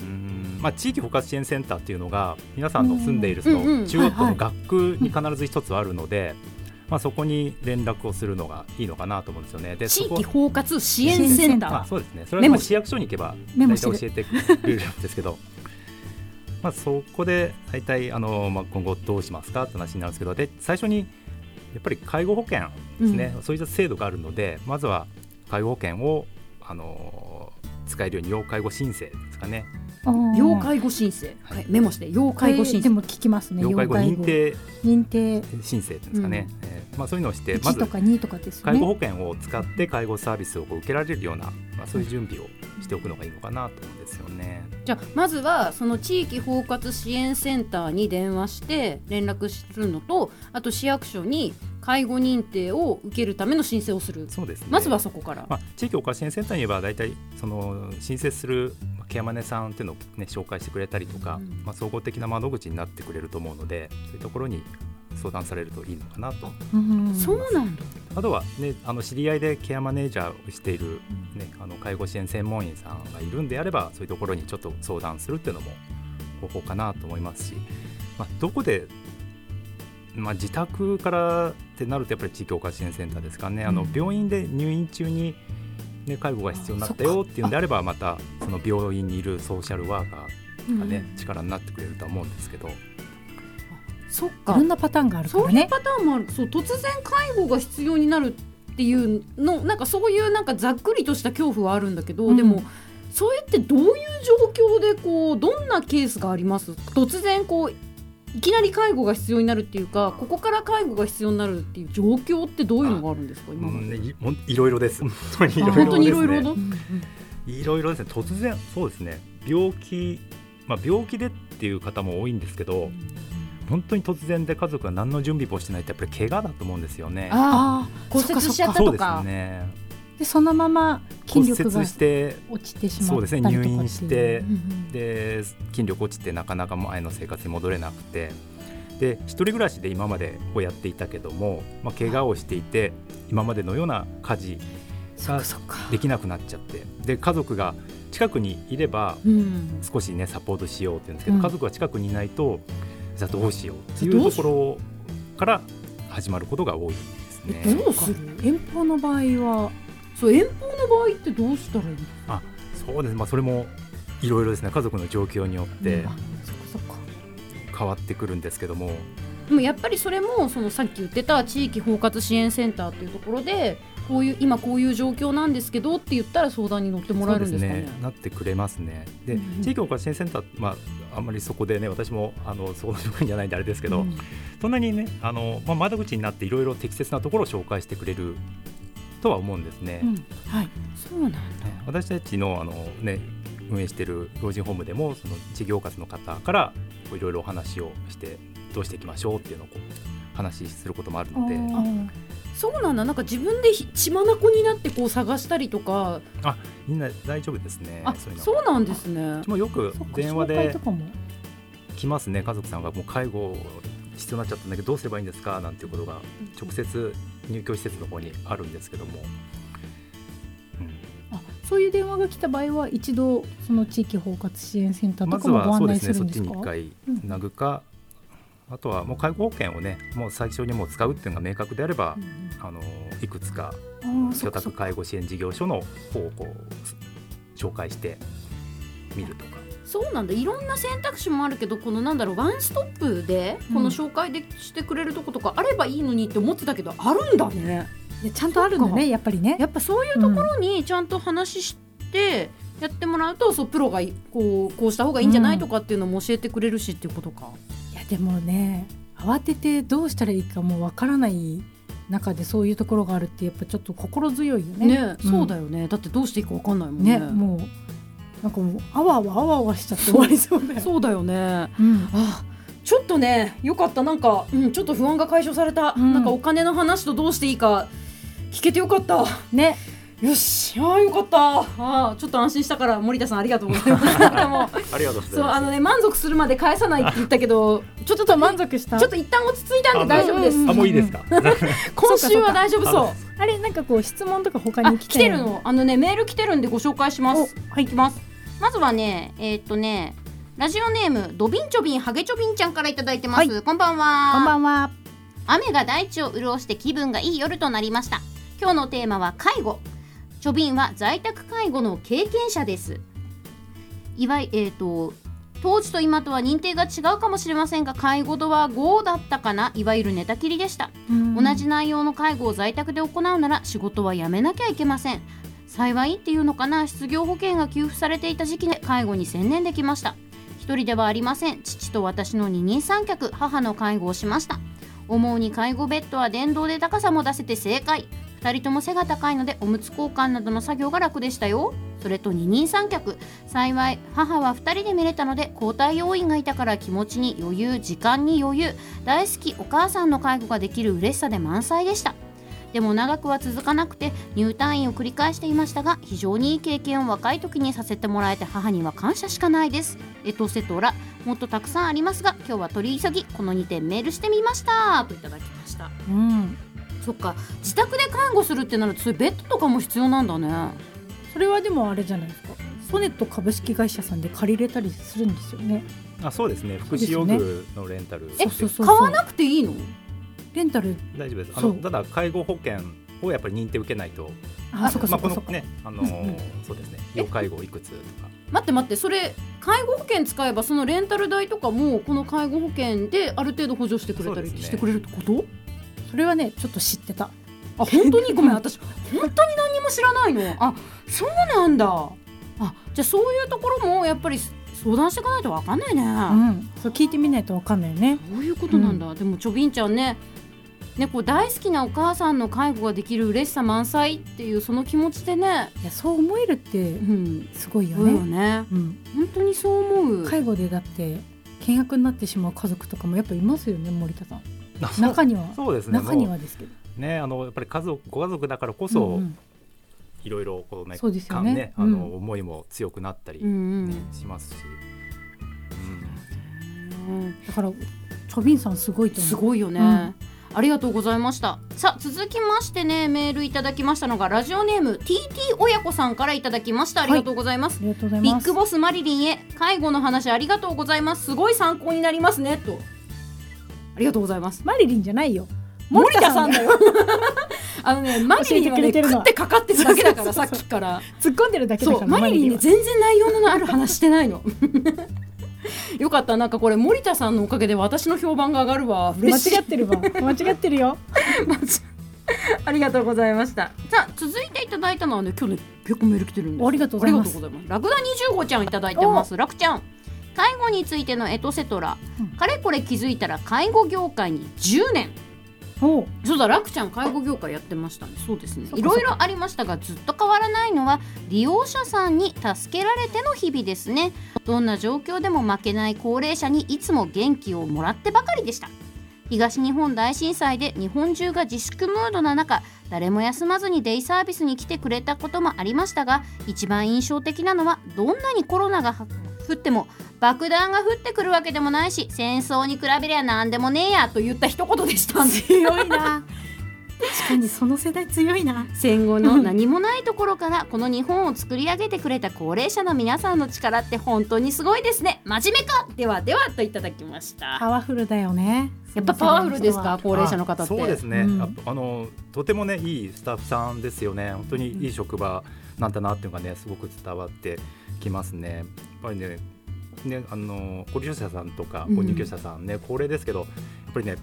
D: ーんまあ、地域包括支援センターっていうのが皆さんの住んでいるそ
B: うんうん
D: の中学校
C: はい
D: の
C: は
D: 学区に必ず一つあるので、まあ、そこに連絡をするのがいいのかなと思うんですよね。で
B: 地
D: そこ
B: 域包括支援センター
D: あそうですねそれ
B: メ
D: は
B: モ
D: まあ市役所に行けば
C: メ
D: 大
C: モ
D: 体
C: して
D: 教
C: る
D: えてくれるんですけど まあそこで大体あの、まあ、今後どうしますかって話になるんですけどで最初にやっぱり介護保険ですね、そういった制度があるのでまずは介護保険をあの使えるように要介護申請ですかね
B: 要介護申請、
D: はい
B: はいメモして要介護申
C: で
B: 請
C: も聞きますね
D: 要介護認定
C: 認定
D: 申請っていうんですかね、えまあ、そういうのをしてま
C: 1
D: ず
C: とか2とかですよ
D: 介護
C: ね。
D: 保険を使って介護サービスをこう受けられるような、まあ、そういう準備をしておくのがいいのかなと思うんですよね。
B: じゃあまずはその地域包括支援センターに電話して連絡するのとあと市役所に介護認定を受けるための申請をする
D: そうですね
B: まずはそこから、
D: まあ、地域おかしいセンターに言えば大体その申請するケアマネさんっていうのを、ね、紹介してくれたりとか、
B: うん
D: まあ、総合的な窓口になってくれると思うのでそういうところに相談されるといいのかなと
C: うん
B: そうなんだ
D: あとは、ね、あの知り合いでケアマネージャーをしている、ね、あの介護支援専門員さんがいるんであればそういうところにちょっと相談するっていうのも方法かなと思いますし、まあ、どこで、まあ、自宅からってなるとやっぱり地域おか支援センターですかねあの病院で入院中に、ね、介護が必要になったよっていうんであればまたその病院にいるソーシャルワーカーが、ね力になってくれるとは思うんですけど。
B: そっ
C: い
B: か
C: ろんなパターンがあるか
B: そ
C: ら
B: うい
C: ね
B: う。パターンもあるそう突然介護が必要になるっていうのなんかそういうなんかざっくりとした恐怖はあるんだけど、
C: うん
B: でもそれってどういう状況でこうどんなケースがあります突然こういきなり介護が必要になるっていうかここから介護が必要になるっていう状況ってどういうのがあるんですか
D: う
B: 今まで、
D: んね、いもんいろいろです。本当にいろいろですね
B: 本当にいろいろの
D: いろいろですね突然そうですね病気まあ病気でっていう方も多いんですけど本当に突然で家族が何の準備もしてないってやっぱり怪我だと思うんですよね。
B: ああ
C: そっ
B: 骨折
C: か
B: しちゃった
D: そ
B: と
D: うです
B: か
D: ね
C: でそのまま筋
D: 骨
C: 力が
D: 折して
C: 落ちてしま
D: そう
C: った
D: です
C: り
D: ね
C: とかっていう。
D: 入院して
C: うんうん
D: で筋力落ちてなかなか前の生活に戻れなくてで一人暮らしで今までをやっていたけども、まあ、怪我をしていて今までのような家事
B: そっ
D: が
B: かそっか
D: できなくなっちゃってで家族が近くにいれば
B: うん
D: 少しねサポートしようって言うんですけど、
B: うん
D: 家族が近くにいないとじゃあどうしようってい
B: ど
D: う
B: う
D: と
B: し
D: ころから始まることが多いですね。
B: どうする
C: 遠方の場合は
B: そう遠方の場合ってどうしたらいいの
D: そうです、まあ、それもいろいろですね家族の状況によって
B: あそっかそっか
D: 変わってくるんですけども、
B: でもやっぱりそれもそのさっき言ってた地域包括支援センターっていうところでこういう今こういう状況なんですけどって言ったら相談に乗ってもら
D: そ
B: え
D: うで
B: るんで
D: す
B: すかね
D: ね。なってくれますね。で、
B: うんうん
D: 地域おかしいセンター、まあ、あんまりそこでね私もあのそこの職員じゃないんであれですけど、
B: うん
D: そんなにねあの、まあ、窓口になっていろいろ適切なところを紹介してくれるとは思うんですね。
C: うんはい
B: そうなんだ
D: 私たちのあの、ね、運営している老人ホームでもその事業活の方からこういろいろお話をしてどうしていきましょうっていうのをこう話しすることもあるので
C: あ
B: そうなんだなんか自分でひ血眼になってこう探したりとか
D: みんな大丈夫ですね
B: あ
D: そういうの
B: そうなんですね
D: うちもよく
C: そっか
D: 電話
C: 紹介
D: で
C: とかも
D: 来ますね家族さんがもう介護必要になっちゃったんだけどどうすればいいんですかなんていうことが直接入居施設の方にあるんですけども、うん
C: あそういう電話が来た場合は一度その地域包括支援センター
D: ま
C: と
D: ず
C: かも
D: は
C: ご案
D: そうで
C: 内す
D: すね
C: る
D: そ
C: ん
D: っ
C: で
D: ち
C: す
D: に
C: か
D: 一回殴るか、あとはもう介護保険をねもう最初にもう使うっていうのが明確であれば、あのいくつか
C: うんあーそ
D: 居
C: っかそ
D: 宅
C: っか
D: 介護支援事業所の方をこう紹介してみるとか
B: そうなんだいろんな選択肢もあるけどこのなんだろうワンストップでこの紹介でしてくれるとことかあればいいのにって思ってたけどあるんだね
C: いやちゃんとあるん
B: そ
C: だ
B: っか
C: ねやっぱりね
B: やっぱそういうところにちゃんと話してやってもらうと、そうプロがいこうこうした方がいいんじゃないとかっていうのも教えてくれるしっていうことか。
C: いやでもね慌ててどうしたらいいかもうわからない中でそういうところがあるってやっぱちょっと心強いよね
B: ね
C: うん
B: そうだよねだってどうしていいかわかんないもんね。
C: ねもうなんかもうあわあわあわあわしちゃって終わりそうだよ
B: そうだよね
C: うん
B: あちょっとねよかったなんか、うん、ちょっと不安が解消された、
C: うん
B: なんかお金の話とどうしていいか聞けてよかった。
C: ね
B: よしあーよかったあーちょっと安心したから森田さんありがとうござい ました。でも
D: ありがとうございます
B: そうあのね満足するまで返さないって言ったけ どちょっと
C: 満足した
B: ちょっと一旦落ち着いたんで大丈夫です。
C: うん
D: あもういいですか
B: 今週は大丈夫そう。
C: あれなんかこう質問とか他
B: あ、
C: に
B: 来
C: 来て
B: てるの。あのねメール来てるんでご紹介します。
C: はい
B: いきます。
F: まずはねえーっとねラジオネームドビンチョビンハゲチョビンちゃんからいただいてます、こんばんは
C: こんばんは
F: 雨が大地を潤して気分がいい夜となりました今日のテーマは介護チョビンは在宅介護の経験者ですいわゆえー、と当時と今とは認定が違うかもしれませんが介護度は5だったかないわゆる寝たきりでした
C: 同
F: 同じ内容の介護を在宅で行うなら仕事は辞めなきゃいけません幸いっていうのかな失業保険が給付されていた時期で介護に専念できました一人ではありません父と私の二人三脚母の介護をしました
E: 思うに介護ベッドは電動で高さも出せて正解2人とも背が高いのでおむつ交換などの作業が楽でしたよそれと二人三脚幸い母は2人で見れたので交代要員がいたから気持ちに余裕時間に余裕大好きお母さんの介護ができる嬉しさで満載でしたでも長くは続かなくて入退院を繰り返していましたが非常にいい経験を若い時にさせてもらえて母には感謝しかないですエトセトラもっとたくさんありますが今日は取り急ぎこの2点メールしてみましたといただきました
C: うん、
E: そっか自宅で介護するってなるとそういうベッドとかも必要なんだね
C: それはでもあれじゃないですかソネット株式会社さんで借りれたりするんですよね
D: あそうですね福
C: うです
D: 祉
C: よ
D: 用
C: ね
D: 具のレンタル
C: そうそうそう
B: 買
C: そう
B: わなくていいの
C: レンタル
D: 大丈夫ですあ
C: そ
D: の
C: う
D: ただ介護保険をやっぱり認定受けないと
C: あそっかそ
D: まあ
C: っか
D: この
C: そっか、
D: ねあの
C: うんうん
D: ーそうですね要介護いくつとか
B: 待って待ってそれ介護保険使えばそのレンタル代とかもこの介護保険である程度補助してくれたり
D: そうですね
B: してくれるってこと、
C: それはねちょっと知ってた
B: あ本当にごめん私本当に何にも知らないのあそうなんだあじゃあそういうところもやっぱり相談していかないとわかんないね、
C: うんそう聞いてみないとわかんないよね
B: そういうことなんだ、でもちょびんちゃんねねこう大好きなお母さんの介護ができる嬉しさ満載っていうその気持ちでね、
C: いやそう思えるって
B: うん、
C: すごいよ
B: そうよ
C: ね、
B: ね
C: うん、
B: 本当にそう思う
C: 介護でだって険悪になってしまう家族とかもやっぱいますよね森田さん
D: あそう
C: 中には
D: そうですね
C: 中に
D: も
C: はですけど
D: うねあのやっぱり家族ご家族だからこそ、
C: んん
D: いろいろこうね
C: そうですよ
D: 感
C: ね
D: ねあの、
C: うん
D: 思いも強くなったり、
B: うん
D: ね
B: うん
D: しますし、
B: うん
C: だからチョビンさんすごいと思う
B: すごいよね、
C: うん
E: ありがとうございましたさあ続きましてねメールいただきましたのがラジオネーム TT 親子さんからいただきましたありがとうございます、
C: ありがとうござい
E: ビ
C: ま
E: ッ
C: す
E: グボスマリリンへ介護の話ありがとうございますすごい参考になりますねとありがとうございます
C: マリリンじゃないよ
B: 森田さんだよあのねマリリンはね
C: 教えてくれてるの
B: 食ってかかってるだけだから
C: そ
B: さ
C: う
B: っ
C: そうそうそう
B: きから
C: 突っ込んでるだけだ
B: そ
C: か
B: う
C: ら
B: マリリンね
C: は
B: 全然内容のある話してないの よかったなんかこれ森田さんのおかげで私の評判が上がるわ
C: 間
B: 嬉しい
C: 違ってるわ間違ってるよ
B: ありがとうございました。
E: さあ続いていただいたのはね今日ね結構メール来てるんですよ
C: ありがとうございます
E: ありがとうございラクダ25ちゃんいただいてますラクちゃん介護についてのエトセトラ、
C: うん
E: かれこれ気づいたら介護業界に10年
C: おう
E: そうだラクちゃん介護業界やってましたねそうですね
C: そっ
E: い
C: かそっか
E: ろいろありましたがずっと変わらないのは利用者さんに助けられての日々ですねどんな状況でも負けない高齢者にいつも元気をもらってばかりでした東日本大震災で日本中が自粛ムードな中誰も休まずにデイサービスに来てくれたこともありましたが一番印象的なのはどんなにコロナが降っても爆弾が降ってくるわけでもないし戦争に比べりゃ何でもねえやと言った一言でした強いな
C: 確かにその世代強いな
E: 戦後の何もないところからこの日本を作り上げてくれた高齢者の皆さんの力って本当にすごいですね真面目かではではといただきました
C: パワフルだよね
E: やっぱパワフルですか高
D: 高
E: 齢者の方って
D: そうですね、
C: うん
D: ああのとてもねいいスタッフさんですよね本当にいい職場なんだなっていうのがねすごく伝わってきますねやっぱりねねあのご利用者さんとか
B: うん
D: ご入居者さんね、高齢ですけどやっぱりね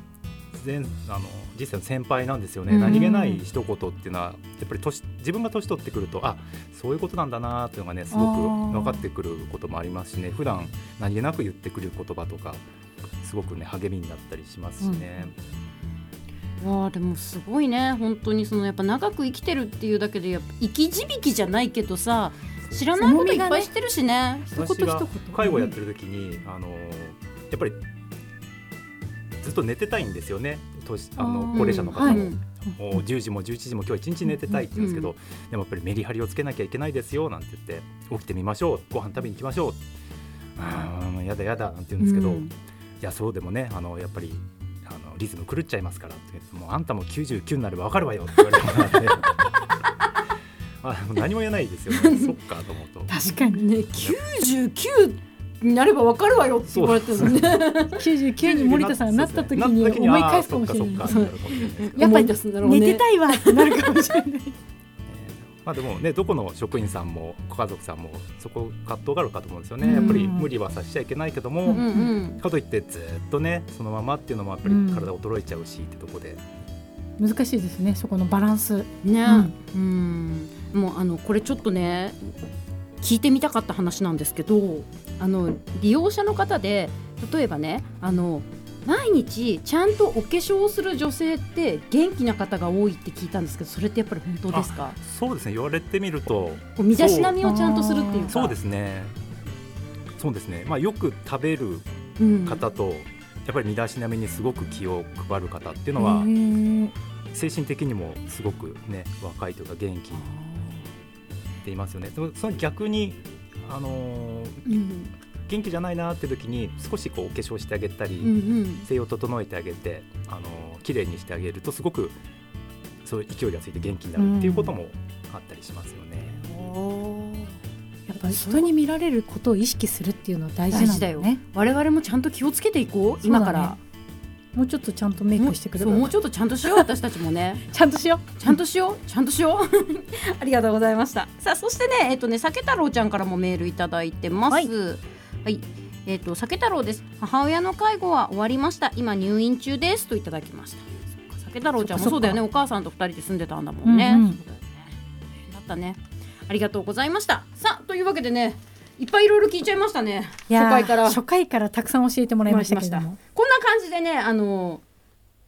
D: 全あの実際の先輩なんですよね、
B: うん
D: 何気ない一言っていうのはやっぱり年自分が年取ってくるとあそういうことなんだなっていうのがねすご
C: あ
D: く
C: ー
D: 分かってくることもありますしね普段何気なく言ってくる言葉とかすごくね励みになったりしますしね。
B: わあでもすごいね本当にそのやっぱ長く生きてるっていうだけでやっぱ生き字引きじゃないけどさ知らないこといっぱい知ってるしね
D: 私
C: 一言
D: が
C: 一言
D: 介護やってる時に、あのやっぱりずっと寝てたいんですよね年あ
C: あ
D: の
C: ー
D: 高齢者の方
B: はい
D: も。もう10時も11時も今日一日寝てたいって言うんですけど、でもやっぱりメリハリをつけなきゃいけないですよなんて言って起きてみましょうご飯食べに行きましょううーんやだやだなんて言うんですけど、
B: うん
D: いやそうでもねあのやっぱりあのリズム狂っちゃいますからって言ってもうあんたも99になればわかるわよって言われたのであもう何も言えないですよねそっかと思うと。
C: 確かに
B: ね99になればわかるわよって言われてるのね
C: 99に森田さんがなった時に思い返すかもしれ
D: あ
C: な
D: ー
C: い
D: そっかそっかってなるかもしれないですけど
C: やっぱり
B: 思い出すんだろうね
C: 寝てたいわって なるかもしれない
D: まあでもねどこの職員さんもご家族さんもそこ葛藤があるかと思うんですよね、
C: うん
D: やっぱり無理はさせちゃいけないけども、
B: うんうん
D: かといってずっとねそのままっていうのもやっぱり
C: うん
D: 体衰えちゃうしってとこで、
C: 難しいですねそこのバランス
B: ねうん、もうあのこれちょっとね聞いてみたかった話なんですけどあの利用者の方で例えばねあの
G: 毎日ちゃんとお化粧をする女性って元気な方が多いって聞いたんですけどそれってやっぱり本当ですか
D: そうですね言われてみると
G: こう身だしなみをちゃんとするっていうか、
D: そうですすねそうですね、まあ、よく食べる
G: うん、
D: 方と、やっぱり身だしなみにすごく気を配る方っていうの
C: へ
D: は、
C: ー
D: 精神的にもすごくね若いというか元気って言いますよね。でもその逆にあのー
G: うん
D: 元気じゃないなって時に少しこうお化粧してあげたり、
G: うんうん
D: 姿勢を整えてあげてあのー綺麗にしてあげるとすごくそういう勢いがついて元気になるっていうこともあったりしますよね。
C: やっぱ人に見られることを意識するっていうのは大事
G: 大
C: なん
G: 事
C: だ
G: だ
C: よ
G: よ
C: ね。
G: 我々もちゃんと気をつけていこう
C: そうだ
G: 今
C: ね
G: から
C: もうちょっとちゃんとメイクしてくれ
G: そ
C: ば
G: うもうちょっとちゃんとしよう私たちもね
C: ちゃんとしよ
G: ちゃんとしよう、ちゃんとしよう。ありがとうございました。さあ、そしてね、えっとね、酒太郎ちゃんからもメールいただいてます。は
C: はいい、
B: えっと酒太郎です母親の介護は終わりました今入院中ですといただきましたそっか酒太郎ちゃんもそ
C: そっかそうっか
B: だよねお母さんと二人で住んでたんだもんね、
C: うんうん
B: そうだよね大変だったねありがとうございましたさあというわけでねいっぱいいろいろ聞いちゃいましたね
C: う。
B: 初回から
C: 初回からたくさん教えてもらいましたけども。
B: こんな感じでねあの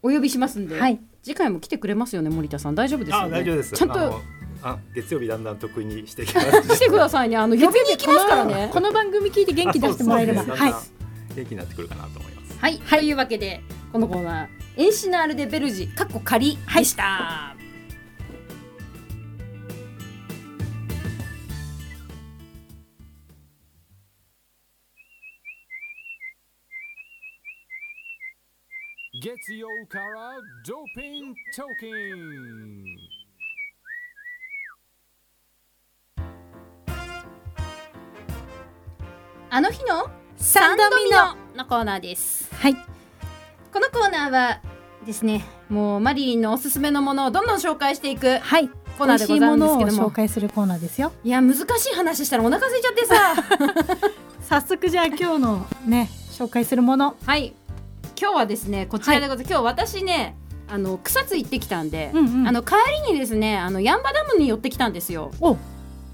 B: お呼びしますんで、
C: はい
B: 次回も来てくれますよね森田さん大丈夫ですよね
D: あ大丈夫です。
B: ちゃん
D: あ
B: と
D: のあ月曜日だんだん得意にしてきます。
B: 来てくださいねあの呼びに行きますからね
C: この番組聞いて元気出してもらえれば。
D: あそうです
C: は
D: ね
C: い
D: だんだ。ん元気になってくるかなと思います。
B: はい、というわけでこのコーナー「エンシナール・でベルジ」かっこ仮でした、
A: Getsio Kara Doping Toking.
B: あの日の
C: 三度見の。
B: のコーナーです
C: はい。
B: このコーナーはですねもうマリリンのおすすめのものをどんどん紹介していく
C: はい。
B: コーナーでございますけど
C: 美味しいものを
B: も
C: 紹介するコーナーですよ。
B: いや難しい話したらお腹空いちゃってさ
C: 早速じゃあ今日のね紹介するもの。
B: はい今日はですねこちらでございます、今日私ねあの草津行ってきたんで、
C: ん
B: あの帰りにですねあのヤンバダムに寄ってきたんですよ
C: お。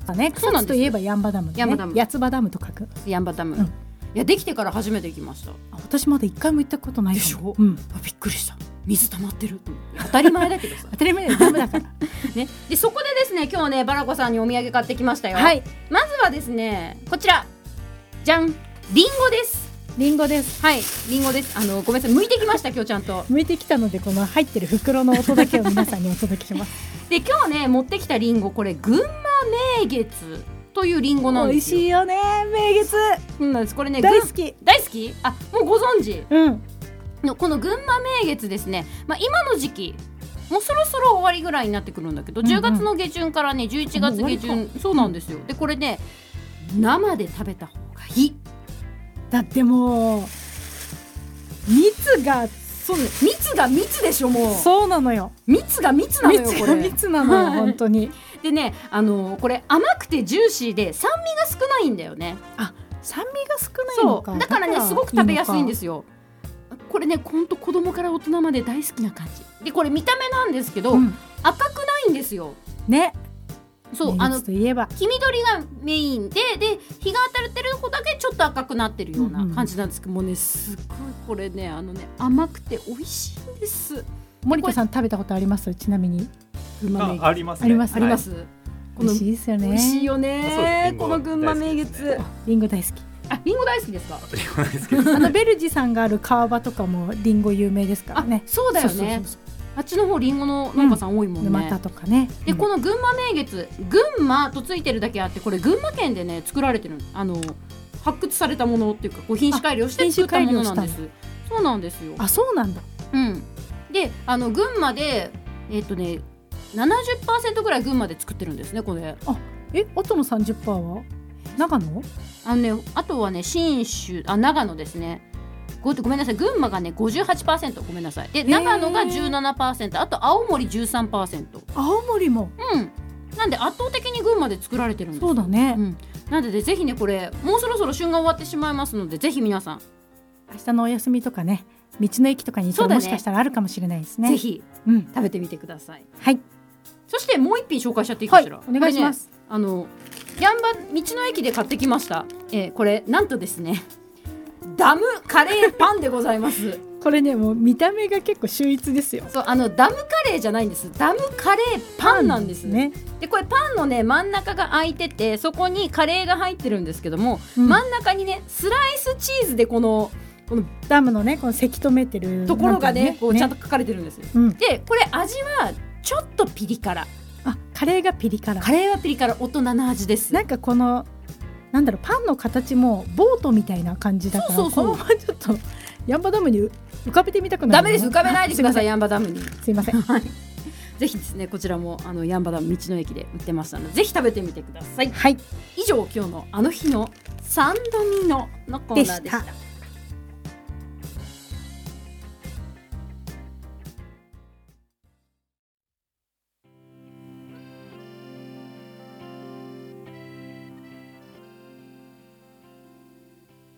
C: だね。
B: そうなんで
C: 草
B: す
C: 津といえばヤンバダム、ね。
B: ヤンバダム
C: 八つ葉ダムと書く。
B: ヤンバダム、
C: うん
B: いやできてから初めて行きました
C: あ私まだ一回も行ったことないかも
G: でしょ
C: うん。
G: あびっくりした。水溜まってる。当たり前だけどさ。
C: 当たり前だよダムだから。
B: ね、でそこでですね今日ねバラコさんにお土産買ってきましたよ、
C: はい。
B: まずはですねこちらじゃんりんごです
C: リンゴです。
B: はいりんごですあのごめんなさい剥いてきました今日ちゃんと
C: 向いてきたのでこの入ってる袋の音だけを皆さんにお届けします
B: で今日ね持ってきたりんごこれ群馬名月というりんごなんですよ
C: いよね名月
B: そうなんですこれね群
C: き
B: 大好きあもうご存知
C: うん
B: のこの群馬名月ですね、まあ、今の時期もうそろそろ終わりぐらいになってくるんだけど、
C: うんうん
B: 10月の下旬からね11月下
C: もう終わ
B: 旬そうなんですよでこれね生で食べた方がいい
C: だってもう蜜がそう
B: 蜜が蜜でしょもう
C: そうなのよ
B: 蜜が蜜なのよ
C: 蜜
B: こ
C: が
B: れ
C: 蜜なのよ
B: はい
C: 本当に
B: でねあのーこれ甘くてジューシーで酸味が少ないんだよね
C: 酸味が少ない
B: そ
C: の
B: う
C: か
B: だからねすごく食べやすいんですすよこれねほんと子供から大人まで大好きな感じでこれ見た目なんですけど、
C: うん
B: 赤くないんですよ
C: ね
B: そうあ
C: 名
B: の
C: 月といえば
B: 黄緑がメインでで日が当たってる子だけちょっと赤くなってるような感じなんですけど、もうねすっごいこれねあのね甘くて美味しいんです
C: 森田さん食べたことありますちなみに
B: 群馬名月
D: あありますね。
C: あります
B: あります、こ
C: 美
B: の
C: 味しいですよ
B: 美味しい
C: ね
B: よ
D: そうです
B: ね
D: リンゴ
B: この群馬名
D: 大好きです
B: 月
D: ね
C: リンゴ大好き
B: あリンゴ大好きですか
D: はい。ありますけど
C: あのベルジさんがある川場とかもリンゴ有名ですから
B: あ
C: ね
B: そうだよ
C: そうそうそ
B: ね
C: うそう
B: あっちの方リンゴの農家さん多いもん
C: 沼田
B: ね
C: とかね
B: でこの群馬名月群馬とついてるだけあってこれ群馬県でね作られてるあの発掘されたものっていうかこう品種改良して
C: あ
B: 作ったものなんで
C: 品種改良し
B: すそうなんですよ
C: あそうなんだ
B: うん、であの群馬でえっ、とね70%ぐらい群馬で作ってるんですねこれ
C: え、音の三十パーは長野？
B: あのねあとはね信州あ長野ですねごごめんなさい群馬がね58%ごめんなさいで
C: ー
B: 長野が17%あと青森13%
C: 青森も。
B: うんなんで圧倒的に群馬で作られてるんです
C: そうだね。
B: うん、なのでぜひねこれもうそろそろ旬が終わってしまいますのでぜひ皆さん、
C: 明日のお休みとかね、道の駅とかに行った
B: そうだね
C: らもしかしたらあるかもしれないですね。
B: ぜ。ひ
C: うん。
B: 食べてみてください
C: はい。
B: そしてもう一品紹介しちゃっていいかしら、
C: お願いします。
B: あのヤンバ道の駅で買ってきました。えーこれなんとですね、ダムカレーパンでございます。
C: これねもう見た目が結構秀逸ですよ
B: そうあのダムカレーじゃないんですダムカレーパンなんですね
C: ね、
B: でこれパンのね真ん中が空いててそこにカレーが入ってるんですけども、
C: うん
B: 真ん中にねスライスチーズでこの
C: ダムのねこのせき止めてる
B: ところがね
C: なんか
B: こうちゃんと書かれてるんですよ、
C: うん
B: でこれ味はちょっとピリ辛
C: あカレーがピリ辛
B: カレーはピリ辛大人の味です
C: なんかこのなんだろうパンの形もボートみたいな感じだから
B: そうそうそう
C: このままちょっとヤンバダムに浮かべてみたくな
B: ダ
C: る
B: メです浮かべないでください
C: い
B: ヤンバダムに
C: すいませんすいません
B: ぜひですねこちらもあのヤンバダム道の駅で売ってましたのでぜひ食べてみてください
C: はい
B: 以上今日のあの日のサンドミノのコーナーでした
C: でした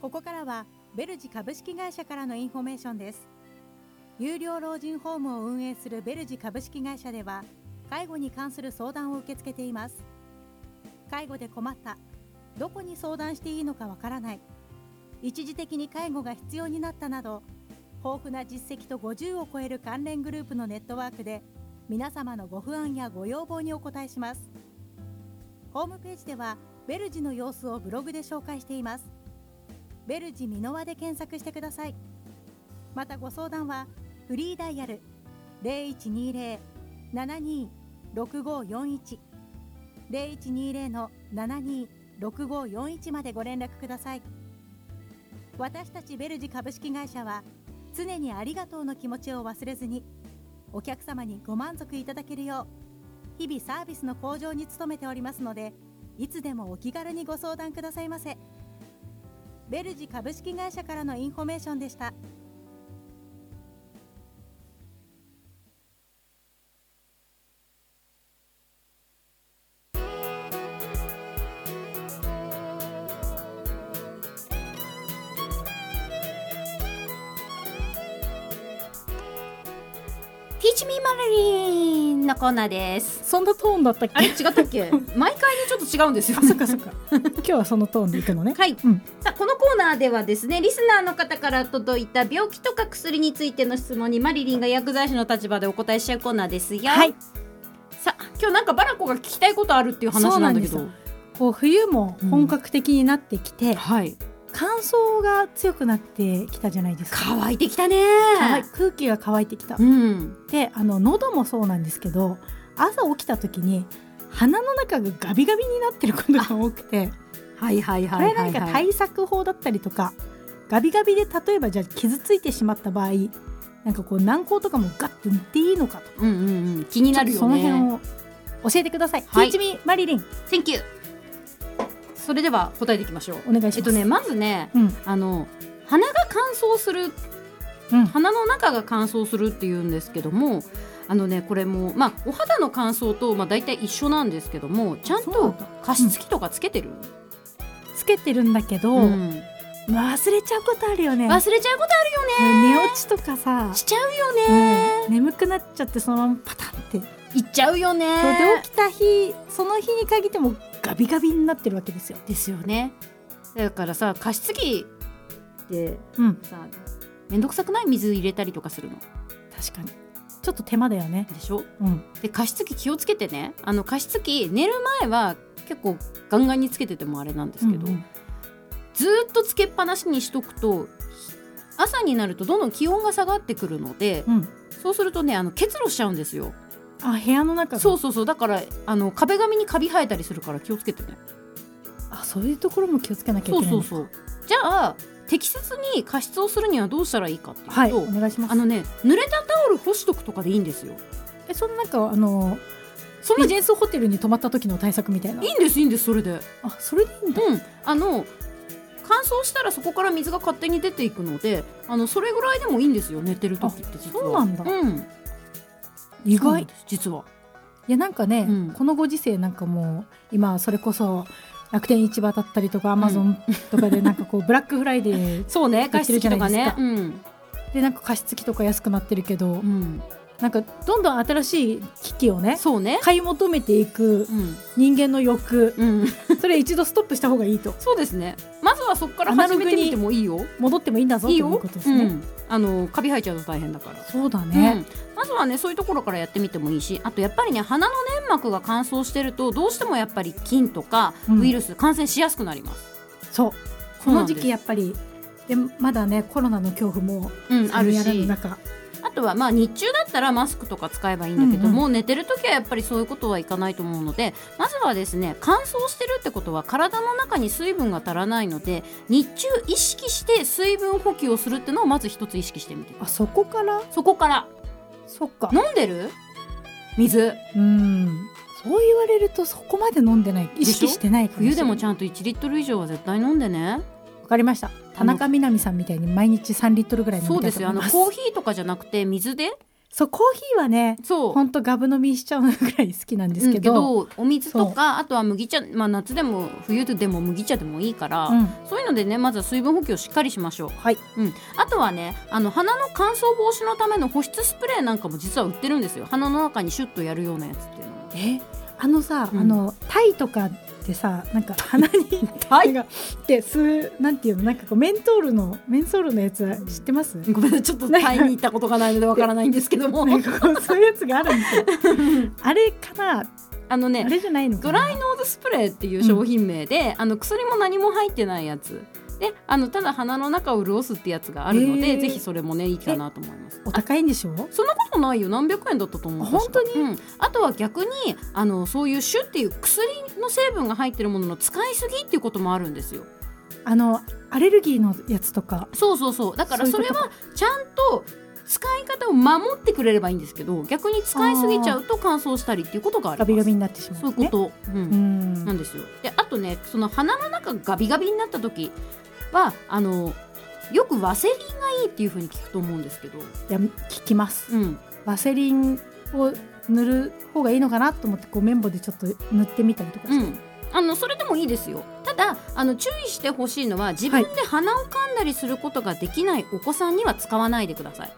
H: ここからはベルジ株式会社からのインフォメーションです有料老人ホームを運営するベルジ株式会社では介護に関する相談を受け付けています介護で困ったどこに相談していいのかわからない一時的に介護が必要になったなど豊富な実績と50を超える関連グループのネットワークで皆様のご不安やご要望にお答えしますホームページではベルジの様子をブログで紹介していますベルジミノワで検索してくださいまたご相談はフリーダイヤル0120-726541 0120-726541までご連絡ください私たちベルジ株式会社は常にありがとうの気持ちを忘れずにお客様にご満足いただけるよう日々サービスの向上に努めておりますのでいつでもお気軽にご相談くださいませベルジ株式会社からのインフォメーションでした。
F: Teach me Marilyn のコーナーです。
C: そんなトーンだったっけ
B: あれ違ったっけ毎回ねちょっと違うんですよ
C: あそっかそっか今日はそのトーンでいくのね
F: はい、
C: うん
F: さあこのコーナーではですねリスナーの方から届いた病気とか薬についての質問にマリリンが薬剤師の立場でお答えしちゃうコーナーですよ。
C: はい
B: さあ今日なんかバラコが聞きたいことあるっていう
C: そ
B: 話な
C: うなんん
B: だ
C: で
B: け
C: すよ
B: ど
C: こう冬も本格的になってきて、
B: はい
C: 乾燥が強くなってきたじゃないですか
B: 乾いてきたね
C: 乾い空気が乾いてきた
B: うん
C: であの喉もそうなんですけど朝起きた時に鼻の中がガビガビになってることが多くて
B: はいはい
C: こ
B: はいは
C: れないん
B: は
C: か
B: い
C: 対策法だったりとかガビガビで例えばじゃあ傷ついてしまった場合なんかこう軟膏とかもガッて塗っていいのかとか
B: うんうんうん気になるよ
C: ちょっ
B: ね
C: とその辺を教えてください。
B: はい
C: Teach me マリリン
F: Thank you。
B: それでは答えていきましょう
C: お願いします。
B: えっとねまずね
C: うん
B: あの鼻が乾燥する
C: うん
B: 鼻の中が乾燥するっていうんですけどもあのねこれもまあお肌の乾燥とまあ大体一緒なんですけどもちゃん
C: そうな
B: と
C: んだ
B: 加湿器とかつけてる、
C: つけてるんだけど、
B: うん
C: 忘れちゃうことあるよね。
B: 忘れちゃうことあ
C: 寝落ちとかさ
B: る、しちゃうよね
C: うん眠くなっちゃってそのままパタンって。そう
B: 行っちゃうよね
C: で起きた日その日に限ってもガビガビになってるわけですよ。
B: ですよねだからさ加湿器って
C: うん
B: さめんどくさくない水入れたりとかするの
C: 確かにちょっと手間だよね。
B: でしょ
C: うん
B: で加湿器気をつけてねあの加湿器寝る前は結構ガンガンにつけててもあれなんですけど、
C: うんうん
B: ずーっとつけっぱなしにしとくと朝になるとどんどん気温が下がってくるので、
C: うん
B: そうするとねあの結露しちゃうんですよ
C: あ部屋の中が
B: そうそうそうだからあの壁紙にカビ生えたりするから気をつけてね
C: あそういうところも気をつけなきゃいけ
B: そ
C: な
B: う
C: い
B: そうそうじゃあ適切に加湿をするにはどうしたらいいかっていうと、
C: はいお願いします
B: あのね濡れたタオル干しとくとかでいいんですよ
C: えそのなんかあの
B: そんな
C: ビジネスホテルに泊まった時の対策みたいない
B: いんですいいんですそれで
C: あそれでいいんだ
B: うん、あの乾燥したらそこから水が勝手に出ていくのであのそれぐらいでもいいんですよ寝てる時って実は
C: そうなんだ
B: うん、
C: 意
B: そうな
C: 外
B: んです実はい
C: やなんかね、
B: うん
C: このご時世なんかもう今それこそ楽天市場だったりとかアマゾンとかでなんかこ うブラックフライデー
B: そうね
C: 言
B: 加
C: って
B: 湿
C: る
B: 器
C: じゃ
B: とか
C: ないです
B: ね
C: か
B: うん、
C: でなんか加湿器とか安くなってるけど、
B: うん、
C: なんかどんどん新しい機器をね
B: そうね
C: 買い求めていく
B: うん、
C: 人間の欲
B: うん、
C: それ一度ストップした方がいいと
B: そうですねまずははそこから始めてみてもいいよ。
C: 戻ってもいいんだぞ
B: いい
C: という
B: よ
C: ことで。
B: う
C: すね。
B: ん。あのカビ生えちゃうと大変だから。
C: そうだね。
B: うん、まずはねそういうところからやってみてもいいしあとやっぱりね鼻の粘膜が乾燥してるとどうしてもやっぱり菌とか
C: うん
B: ウイルス感染しやすくなります、
C: そう。
B: そう
C: こ
B: な
C: の
B: んで
C: 時
B: す
C: 期やっぱりでまだねコロナの恐怖も
B: うんある
C: やらぬ
B: し
C: 中
B: あとはまあ日中だったらマスクとか使えばいいんだけど
C: うんうん
B: も、寝てる時はやっぱりそういうことはいかないと思うのでまずはですね乾燥してるってことは体の中に水分が足らないので日中意識して水分補給をするってのをまず一つ意識してみて
C: あそこから
B: そこから
C: そっか。
B: 飲んでる水
C: うん。そう言われるとそこまで飲んでない意識してないか
B: 冬でもち
C: ゃん
B: ゃんと1リットル以上は絶対飲んでね
C: わかりました。田中みな実さんみたいに毎日3リットルぐらい飲
B: そ
C: み
B: う
C: た
B: で
C: いと
B: すよあ
C: 思い
B: の
C: ます。
B: コーヒーとかじゃなくて水で
C: そうコーヒーはね
B: そう
C: ほんとガブ飲みしちゃうぐらい好きなんですけど。
B: うんお水とかあとは麦茶まあ夏でも冬でも麦茶でもいいから、
C: うん
B: そういうのでねまずは水分補給をしっかりしましょう
C: はい。
B: うん、あとはねあの鼻の乾燥防止のための保湿スプレーなんかも実は売ってるんですよ鼻の中にシュッとやるようなやつっていうのも
C: えあのさ、
B: うん
C: あのタイとかでさなんか鼻にタイがってすなんていうのなんかこうメントールのメンソールのやつ知ってます
B: ごめんなさいちょっとタイに行ったことがないのでわからないんですけども
C: なんかこうそういうやつがあるんですよあれかな
B: あの
C: あ
B: ね
C: れじゃないのか
B: ド
C: な
B: ライノーズスプレーっていう商品名で、あの薬も何も入ってないやつであのただ鼻の中を潤すってやつがあるので、
C: へー
B: ぜひそれもねいいかなと思います
C: お高いんでしょ
B: そんなことないよ何百円だったと思う
C: あ本当
B: に、うんあとは逆にあのそういうシュっていう薬の成分が入ってるものの使いすぎっていうこともあるんですよ
C: あのアレルギーのやつとか
B: そうそうそうだから
C: そういう
B: そ
C: こ
B: れ
C: と
B: はちゃんと使い方を守ってくれればいいんですけど逆に使いすぎちゃうと乾燥したりっていうことがありま
C: ガ
B: す
C: ビガビになってしまう
B: そ
C: ん
B: う
C: で
B: い
C: すね
B: うこと、うん
C: うん
B: なんですよ。であとねその鼻の中がガビガビになった時はあのよくワセリンがいいっていう風に聞くと思うんですけど、
C: いや聞きます
B: うん、
C: ワセリンを塗る方がいいのかなと思ってこう綿棒でちょっと塗ってみたりとかして、
B: うん、あのそれでもいいですよただあの注意してほしいのは自分で鼻を噛んだりすることができないお子さんには使わないでください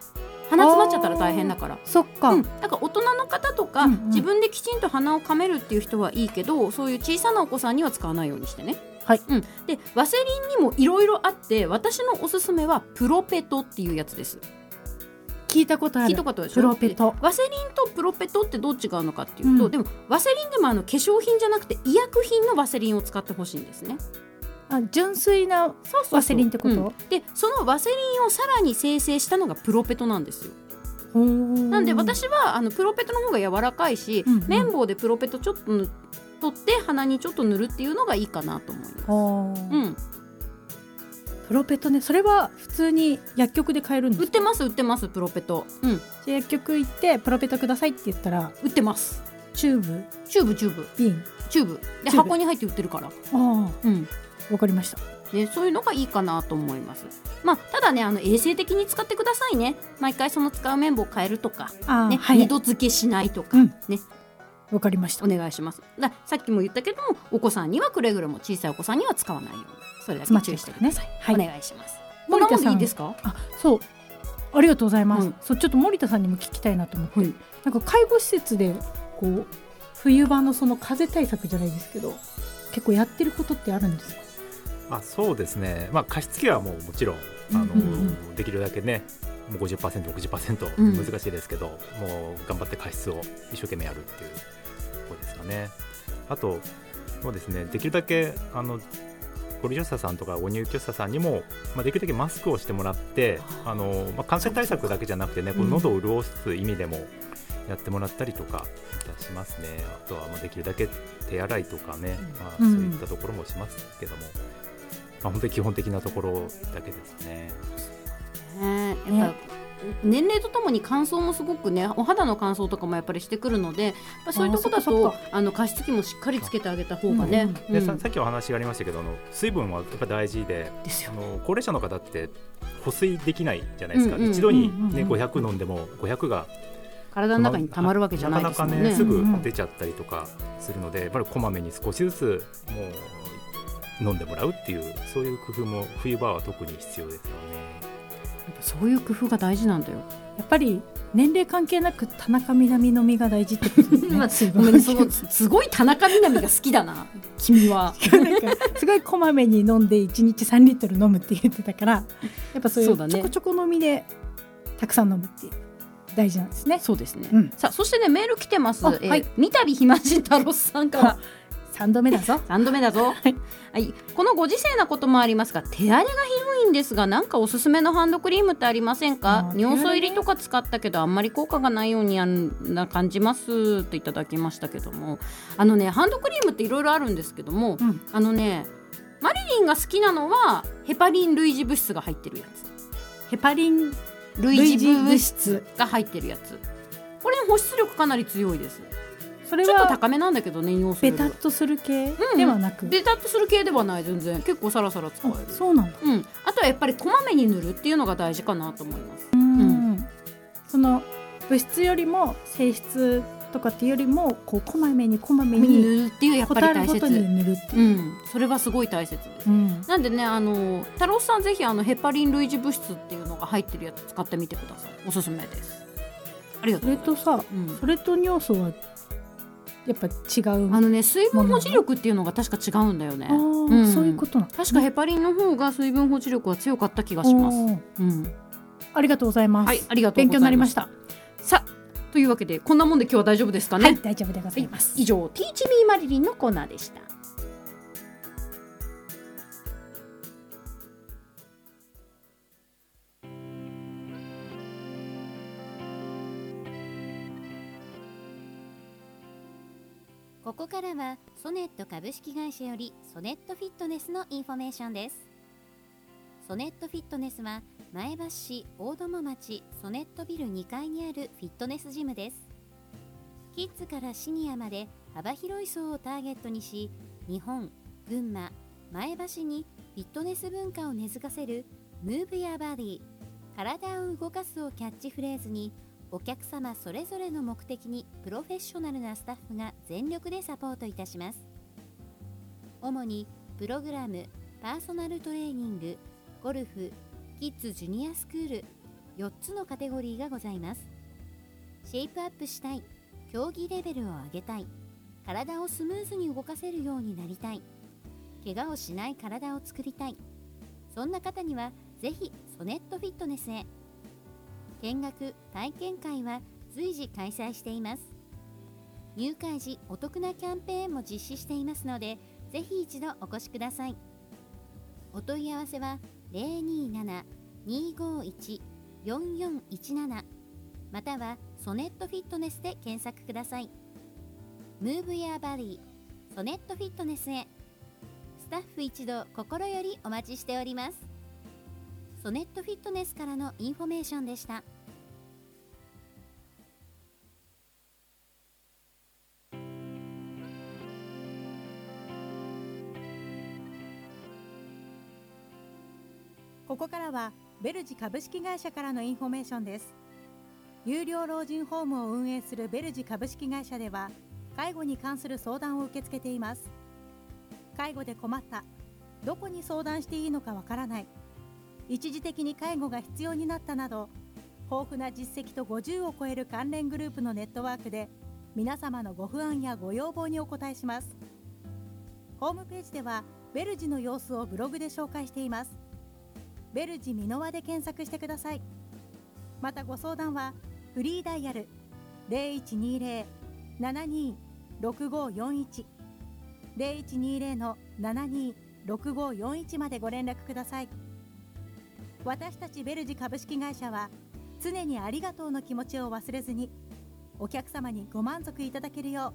B: 鼻詰まっちゃったら大変だから。
C: そっか、
B: うん、だから大人の方とか、
C: うんうん
B: 自分できちんと鼻をかめるっていう人はいいけどそういう小さなお子さんには使わないようにしてね。
C: はい
B: うん、でワセリンにもいろいろあって私のおすすめはプロペトっていうやつです。
C: 聞いたことあ
B: 聞い
C: る
B: たことあるでしょ
C: プロペト
B: でワセリンとプロペトってどう違うのかっていうと、
C: うん
B: でもワセリンでもあの化粧品じゃなくて医薬品のワセリンを使ってほしいんですね。
C: あ純粋なワセリンってこ
B: うん
C: と、
B: でそのワセリンをさらに生成したのがプロペトなんですよ。な
C: なん
B: で私はあのプロペットの方が柔らかいし、
C: うんうん
B: 綿棒でプロペットちょっと塗っ取って鼻にちょっと塗るっていうのがいいかなと思います。うん、
C: プロペットねそれは普通に薬局で買えるん
B: 売
C: で
B: っ
C: す
B: てます売ってますプロペット。うん、
C: じゃあ薬局行ってプロペットくださいって言ったら
B: 売ってます。
C: チューブ
B: チューブチューブ
C: 瓶
B: チューブで
C: チューブ
B: 箱に入って売ってるから。
C: あ
B: うん。
C: あわかりました
B: ね、そういうのがいいかなと思います。まあ、ただね、あの衛生的に使ってくださいね。毎回その使う綿棒を変えるとか、
C: ああ、
B: ね、
C: はい
B: 二度漬けしないとか、
C: うん
B: ね、
C: わかりました
B: お願いします。ださっきも言ったけども、お子さんにはくれぐれも小さいお子さんには使わないように。それだけ
C: 詰まっ
B: 注
C: ちゃ
B: 意
C: う
B: して
C: か
B: くだ
C: ら
B: さい。
C: ねはい
B: お願いします。こん
C: 森
B: な
C: 田
B: も
C: さ
B: の
C: ん
B: いいですか？
C: あそうありがとうございます、
B: うん
C: そうちょっと森田さんにも聞きたいなと思って、
B: はい
C: なんか介護施設でこう冬場のその風邪対策じゃないですけど結構やってることってあるんですか
D: まあ、そうですね、まあ、加湿器はもうもちろん、あの
C: うんうん
D: できるだけねもう 50%60%
B: うん
D: 難しいですけど、もう頑張って加湿を一生懸命やるっていうことですかねあとそうですねできるだけあのご利用者さんとかご入居者さんにも、まあ、できるだけマスクをしてもらってあの、まあ、感染対策だけじゃなくてねこう喉を潤す意味でもやってもらったりとかしますねあとはまあできるだけ手洗いとかね、まあ、そういったところもしますけども、まあ、本当に基本的なところだけですね。
B: ねやっぱ年齢とともに乾燥もすごくねお肌の乾燥とかもやっぱりしてくるのでやっぱそういうとこだ
C: あーそ
B: と
C: っか
B: あの加湿器もしっかりつけてあげた方がね、
D: で
B: うん
D: ささっきお話がありましたけどあの水分はやっぱ大事で
B: ですよ
D: あの高齢者の方って保水できないじゃないですか、
B: うんうんうん
D: 一度に、
C: うんうん
D: ね、
C: うん
D: 500飲んでも500が
B: 体の中にたまるわけじゃないですもんね
D: なかなかねす
C: う
D: ぐ
C: んうん
D: 出ちゃったりとかするので、やっぱりこまめに少しずつもう飲んでもらうっていうそういう工夫も冬場は特に必要ですよね。
B: そういう工夫が大事なんだよ
C: やっぱり年齢関係なく田中みな実の身が大事ってこと ですね
I: まあ
C: 水
I: ご
C: 分
I: めんねすご
C: 補
I: い
C: 給
I: すごい田中みな実が好きだ な君は
C: なんかすごいこまめに飲んで1日3リットル飲むって言ってたからやっぱそうい
I: そうだ
C: う
I: ね
C: ちょこちょこ飲みでたくさん飲むって大事なんですね。
I: そうですね、
C: うん
B: さあそしてねメール来てます、え
C: あ
B: ー
C: はい
B: 三度暇人太郎さんから
C: 3度目だぞ
B: 3度目だぞ、はい、このご時世なこともありますが手荒れがひどいんですがなんかおすすめのハンドクリームってありませんか
C: あー
B: 尿素入りとか使ったけどあんまり効果がないようにあんな感じますといただきましたけどもあのねハンドクリームっていろいろあるんですけども、
C: うん
B: あのねマリリンが好きなのはヘパリン類似物質が入ってるやつ
C: ヘパリン
B: 類似物質
C: 質
B: が入ってるやつこれ保湿力かなり強いです
C: それ
B: ちょっと
C: は
B: 高めなんだけどね尿素
C: ベ
B: より
C: タ
B: は
C: っとする系ではなく、
B: ベタッとする系ではない全然結構サラサラ使える
C: あそうなんだ、
B: うん、あとはやっぱりこまめに塗るっていうのが大事かなと思います。
C: うんその物質よりも性質とかっていうよりもこうこまめにこまめに
B: 塗るっていうやっぱり
C: 答える
B: 大
C: ごと
B: 切。
C: に塗るっていうう、
B: ん、それはすごい大切です。
C: うん
B: なんでね、あの太郎さんぜひあのヘパリン類似物質っていうのが入ってるやつ使ってみてください。おすすめです。ありがと
C: そ
B: ご
C: うれ
B: ざいま
C: と
B: す。
C: さ
B: うん
C: それと尿素はやっぱ違う
B: あのね、水分保持力っていうのが確か違うんだよね
C: あ。ー
B: うん
C: そういうことなんだ
B: 確かヘパリンの方が水分保持力は強かった気がします。
C: おー
B: うん、
C: ありがとうございます、
B: はい、ありがとう
C: 勉
B: ございました。
C: 強になりました
B: さあ、というわけでこんなもんで今日は大丈夫ですかね。
C: はい大丈夫でございます、
B: 以上 Teach Me マリリンのコーナーでした
E: ここからはソネット株式会社よりソネットフィットネスのインフォメーションですソネットフィットネスは前橋市大友町ソネットビル2階にあるフィットネスジムですキッズからシニアまで幅広い層をターゲットにし日本、群馬、前橋にフィットネス文化を根付かせるムーブやバディ体を動かすをキャッチフレーズにお客様それぞれの目的にプロフェッショナルなスタッフが全力でサポートいたします主にプログラムパーソナルトレーニングゴルフキッズジュニアスクール4つのカテゴリーがございますシェイプアップしたい競技レベルを上げたい体をスムーズに動かせるようになりたい怪我をしない体を作りたいそんな方にはぜひソネットフィットネスへ見学体験会は随時開催しています入会時お得なキャンペーンも実施していますのでぜひ一度お越しくださいお問い合わせは027-251-4417またはソネットフィットネスで検索くださいムーブやバディソネットフィットネスへスタッフ一同心よりお待ちしておりますソネットフィットネスからのインフォメーションでした
H: ここからはベルジ株式会社からのインフォメーションです有料老人ホームを運営するベルジ株式会社では介護に関する相談を受け付けています介護で困ったどこに相談していいのかわからない一時的に介護が必要になったなど豊富な実績と50を超える関連グループのネットワークで皆様のご不安やご要望にお答えしますホームページではベルジの様子をブログで紹介していますベルジミノワで検索してくださいまたご相談はフリーダイヤル0120-726541 0120-726541までご連絡ください私たちベルジ株式会社は常にありがとうの気持ちを忘れずにお客様にご満足いただけるよ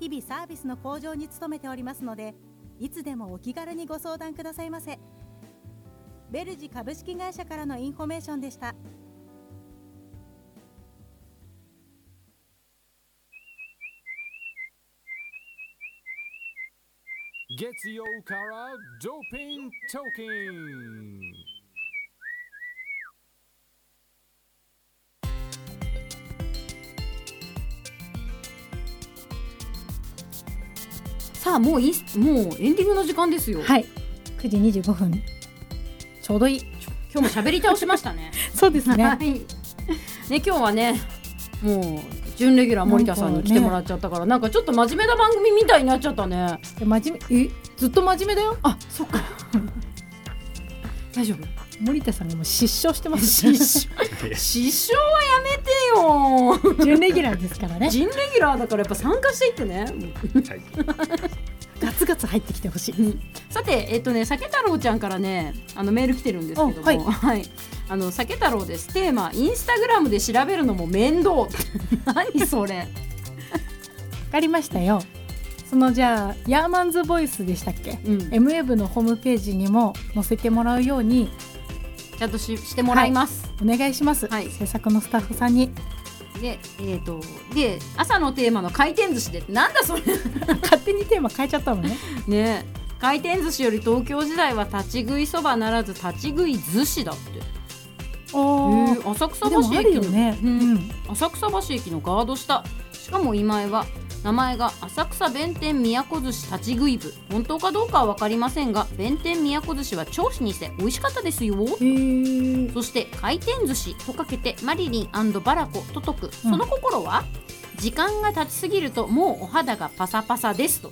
H: う日々サービスの向上に努めておりますのでいつでもお気軽にご相談くださいませベルジ株式会社からのインフォメーションでした
A: 月曜からドーピントーキン
I: さあもういいもうエンディングの時間ですよ、
C: はい9時25分ちょうどいい
B: 今日も喋り倒しましたね
C: そうですね
B: いね今日はねもう準レギュラー森田さんに来てもらっちゃったからなんか,、ちょっと真面目な番組みたいになっちゃったね
C: え真面目えずっと真面目だよ
B: あそっか大丈夫
C: 森田さんがもう失笑してます
B: 失笑失笑はやめてよ
C: 準レギュラーですからね
B: 準レギュラーだからやっぱ参加していってね
D: はい
C: ガツガツ入ってきてほしい
B: さて、えっとね、酒太郎ちゃんからね、あのメール来てるんですけども、
C: お
B: は、
C: はいい
B: あの酒太郎です。テーマ、インスタグラムで調べるのも面倒。 何それ。
C: わかりましたよそのじゃあヤーマンズボイスでしたっけ
B: うん、
C: m w ブのホームページにも載せてもらうように
B: ちゃんとししてもらいます。
C: お願いします、
B: はい
C: 制作のスタッフさんに
B: で、えっ、と、で、朝のテーマの回転寿司で、なんだそ れ。
C: 勝手にテーマ変えちゃったのね
B: ねえ。回転寿司より東京時代は立ち食いそばならず立ち食い寿司だって。
C: お
B: へえ浅草
C: で
B: 橋
C: もある
B: 駅
C: よ
B: の
C: ね、
B: うん
C: うん
B: 浅草橋駅のガード下しかも今井は名前が浅草弁天都寿司立ち食い部本当かどうかは分かりませんが弁天都寿司は超老舗美味しかったですよ
C: へえ
B: そして回転寿司とかけてマリリンバラコと解く
C: う
B: そ
C: ん
B: の心は、時間が経ちすぎるともうお肌がパサパサですと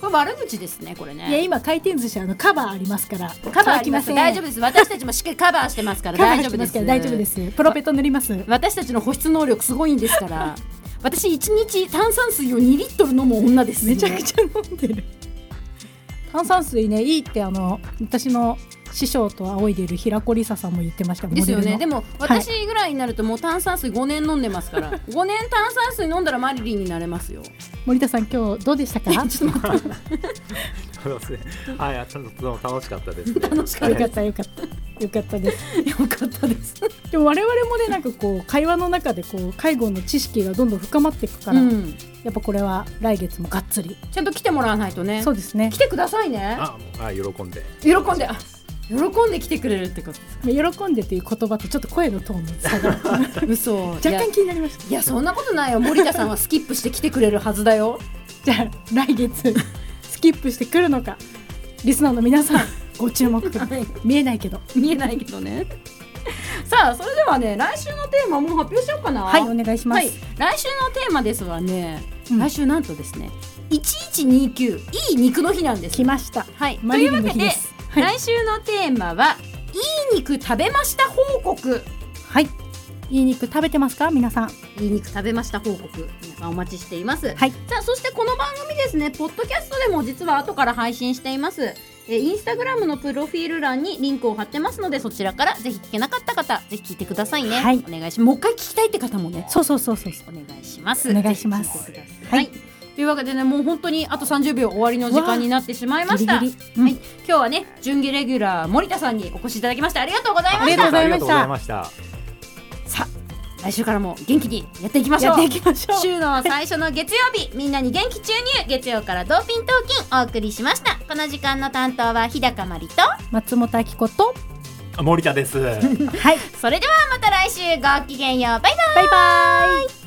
B: これ悪口ですねこれ
C: いや
B: ね
C: 今回転寿司あのカバーありますから
B: カバーあります
C: 乾き
B: 大丈夫です私たちもしっかりカバーしてますから
C: カバー
B: 大
C: あ
B: 丈夫
C: り
B: で
C: ます
B: す
C: から大丈夫ですプロペット塗ります
B: 私たちの保湿能力すごいんですから 私1日炭酸水を2リットル飲む女です
C: めちゃくちゃ飲んでる炭酸水ねいいってあの私の師匠と仰いでいる平子梨沙さんも言ってました
B: ですよ
C: モデ
B: ね
C: ルの
B: でも私ぐらいになるともう炭酸水5年飲んでます から5年炭酸水飲んだらマリリンになれますよ
C: 森田さん今日どうでしたか ちょっと待っ
D: そうですね。はい、あちょっと楽しかったです、ね。
B: 楽しか
C: てよかったよかったよかったです
B: よかったです
C: でも我々もねなんかこう会話の中でこう介護の知識がどんどん深まっていくから、
B: うん
C: やっぱこれは来月もがっつり
B: ちゃんと来てもらわないとね
C: そうです ね
B: 来てくださいね
D: あ、もうあ、喜んで。
B: 喜んであ喜んで来てくれるってこと
C: 喜んでという言葉とちょっと声のトーンの差が
B: 嘘 若
C: 若干気になりました
B: いやそんなことないよ森田さんはスキップして来てくれるはずだよ
C: じゃあ来月スキップしてくるのかリスナーの皆さんご注目見えないけど
B: 見えないけど ねさあそれではね来週のテーマもう発表しようかな
C: はいお願いします、
B: はい来週のテーマですはね、
C: うん
B: 来週なんとですね1129いい肉の日なんです
C: 来ました
B: はいと
C: マ
B: い
C: リリ
B: うわ
C: ンの
B: け
C: 日
B: で、
C: ですはい、
B: 来週のテーマはいい肉食べました報告
C: はい、いい肉食べてますか皆さん
B: いい肉食べました報告皆さんお待ちしています、
C: はい
B: さあそしてこの番組ですねポッドキャストでも実は後から配信していますえーインスタグラムのプロフィール欄にリンクを貼ってますのでそちらからぜひ聞けなかった方ぜひ聞いてくださいね、
C: はい
B: お願いしますもう一回聞きたいって方もね
C: そうそうそうそうそ
B: お願いします。
C: お願いします
B: ぜひ聞いてください
C: はい
B: はい。というわけでね、もう本当にあと30秒終わりの時間になってしまいま
C: う
B: し
C: ギ
B: た。
C: リギリ、うん
B: はい、今日はね、準レギュラー森田さんにお越しいただきましてありがとうございまし
C: りがとうございました
D: ありがとうございました。
B: た。来週からも元気にやっていきましょ
C: や
B: う。
C: っていきましょう
B: 週の最初の月曜日、みんなに元気注入。月曜からドーピントーキンお送りしました。この時間の担当は日高まりと。
C: 松本明子と
D: あ森田です。
C: はい
B: それではまた来週ごきげんよう。バイバイ。
C: バイバイ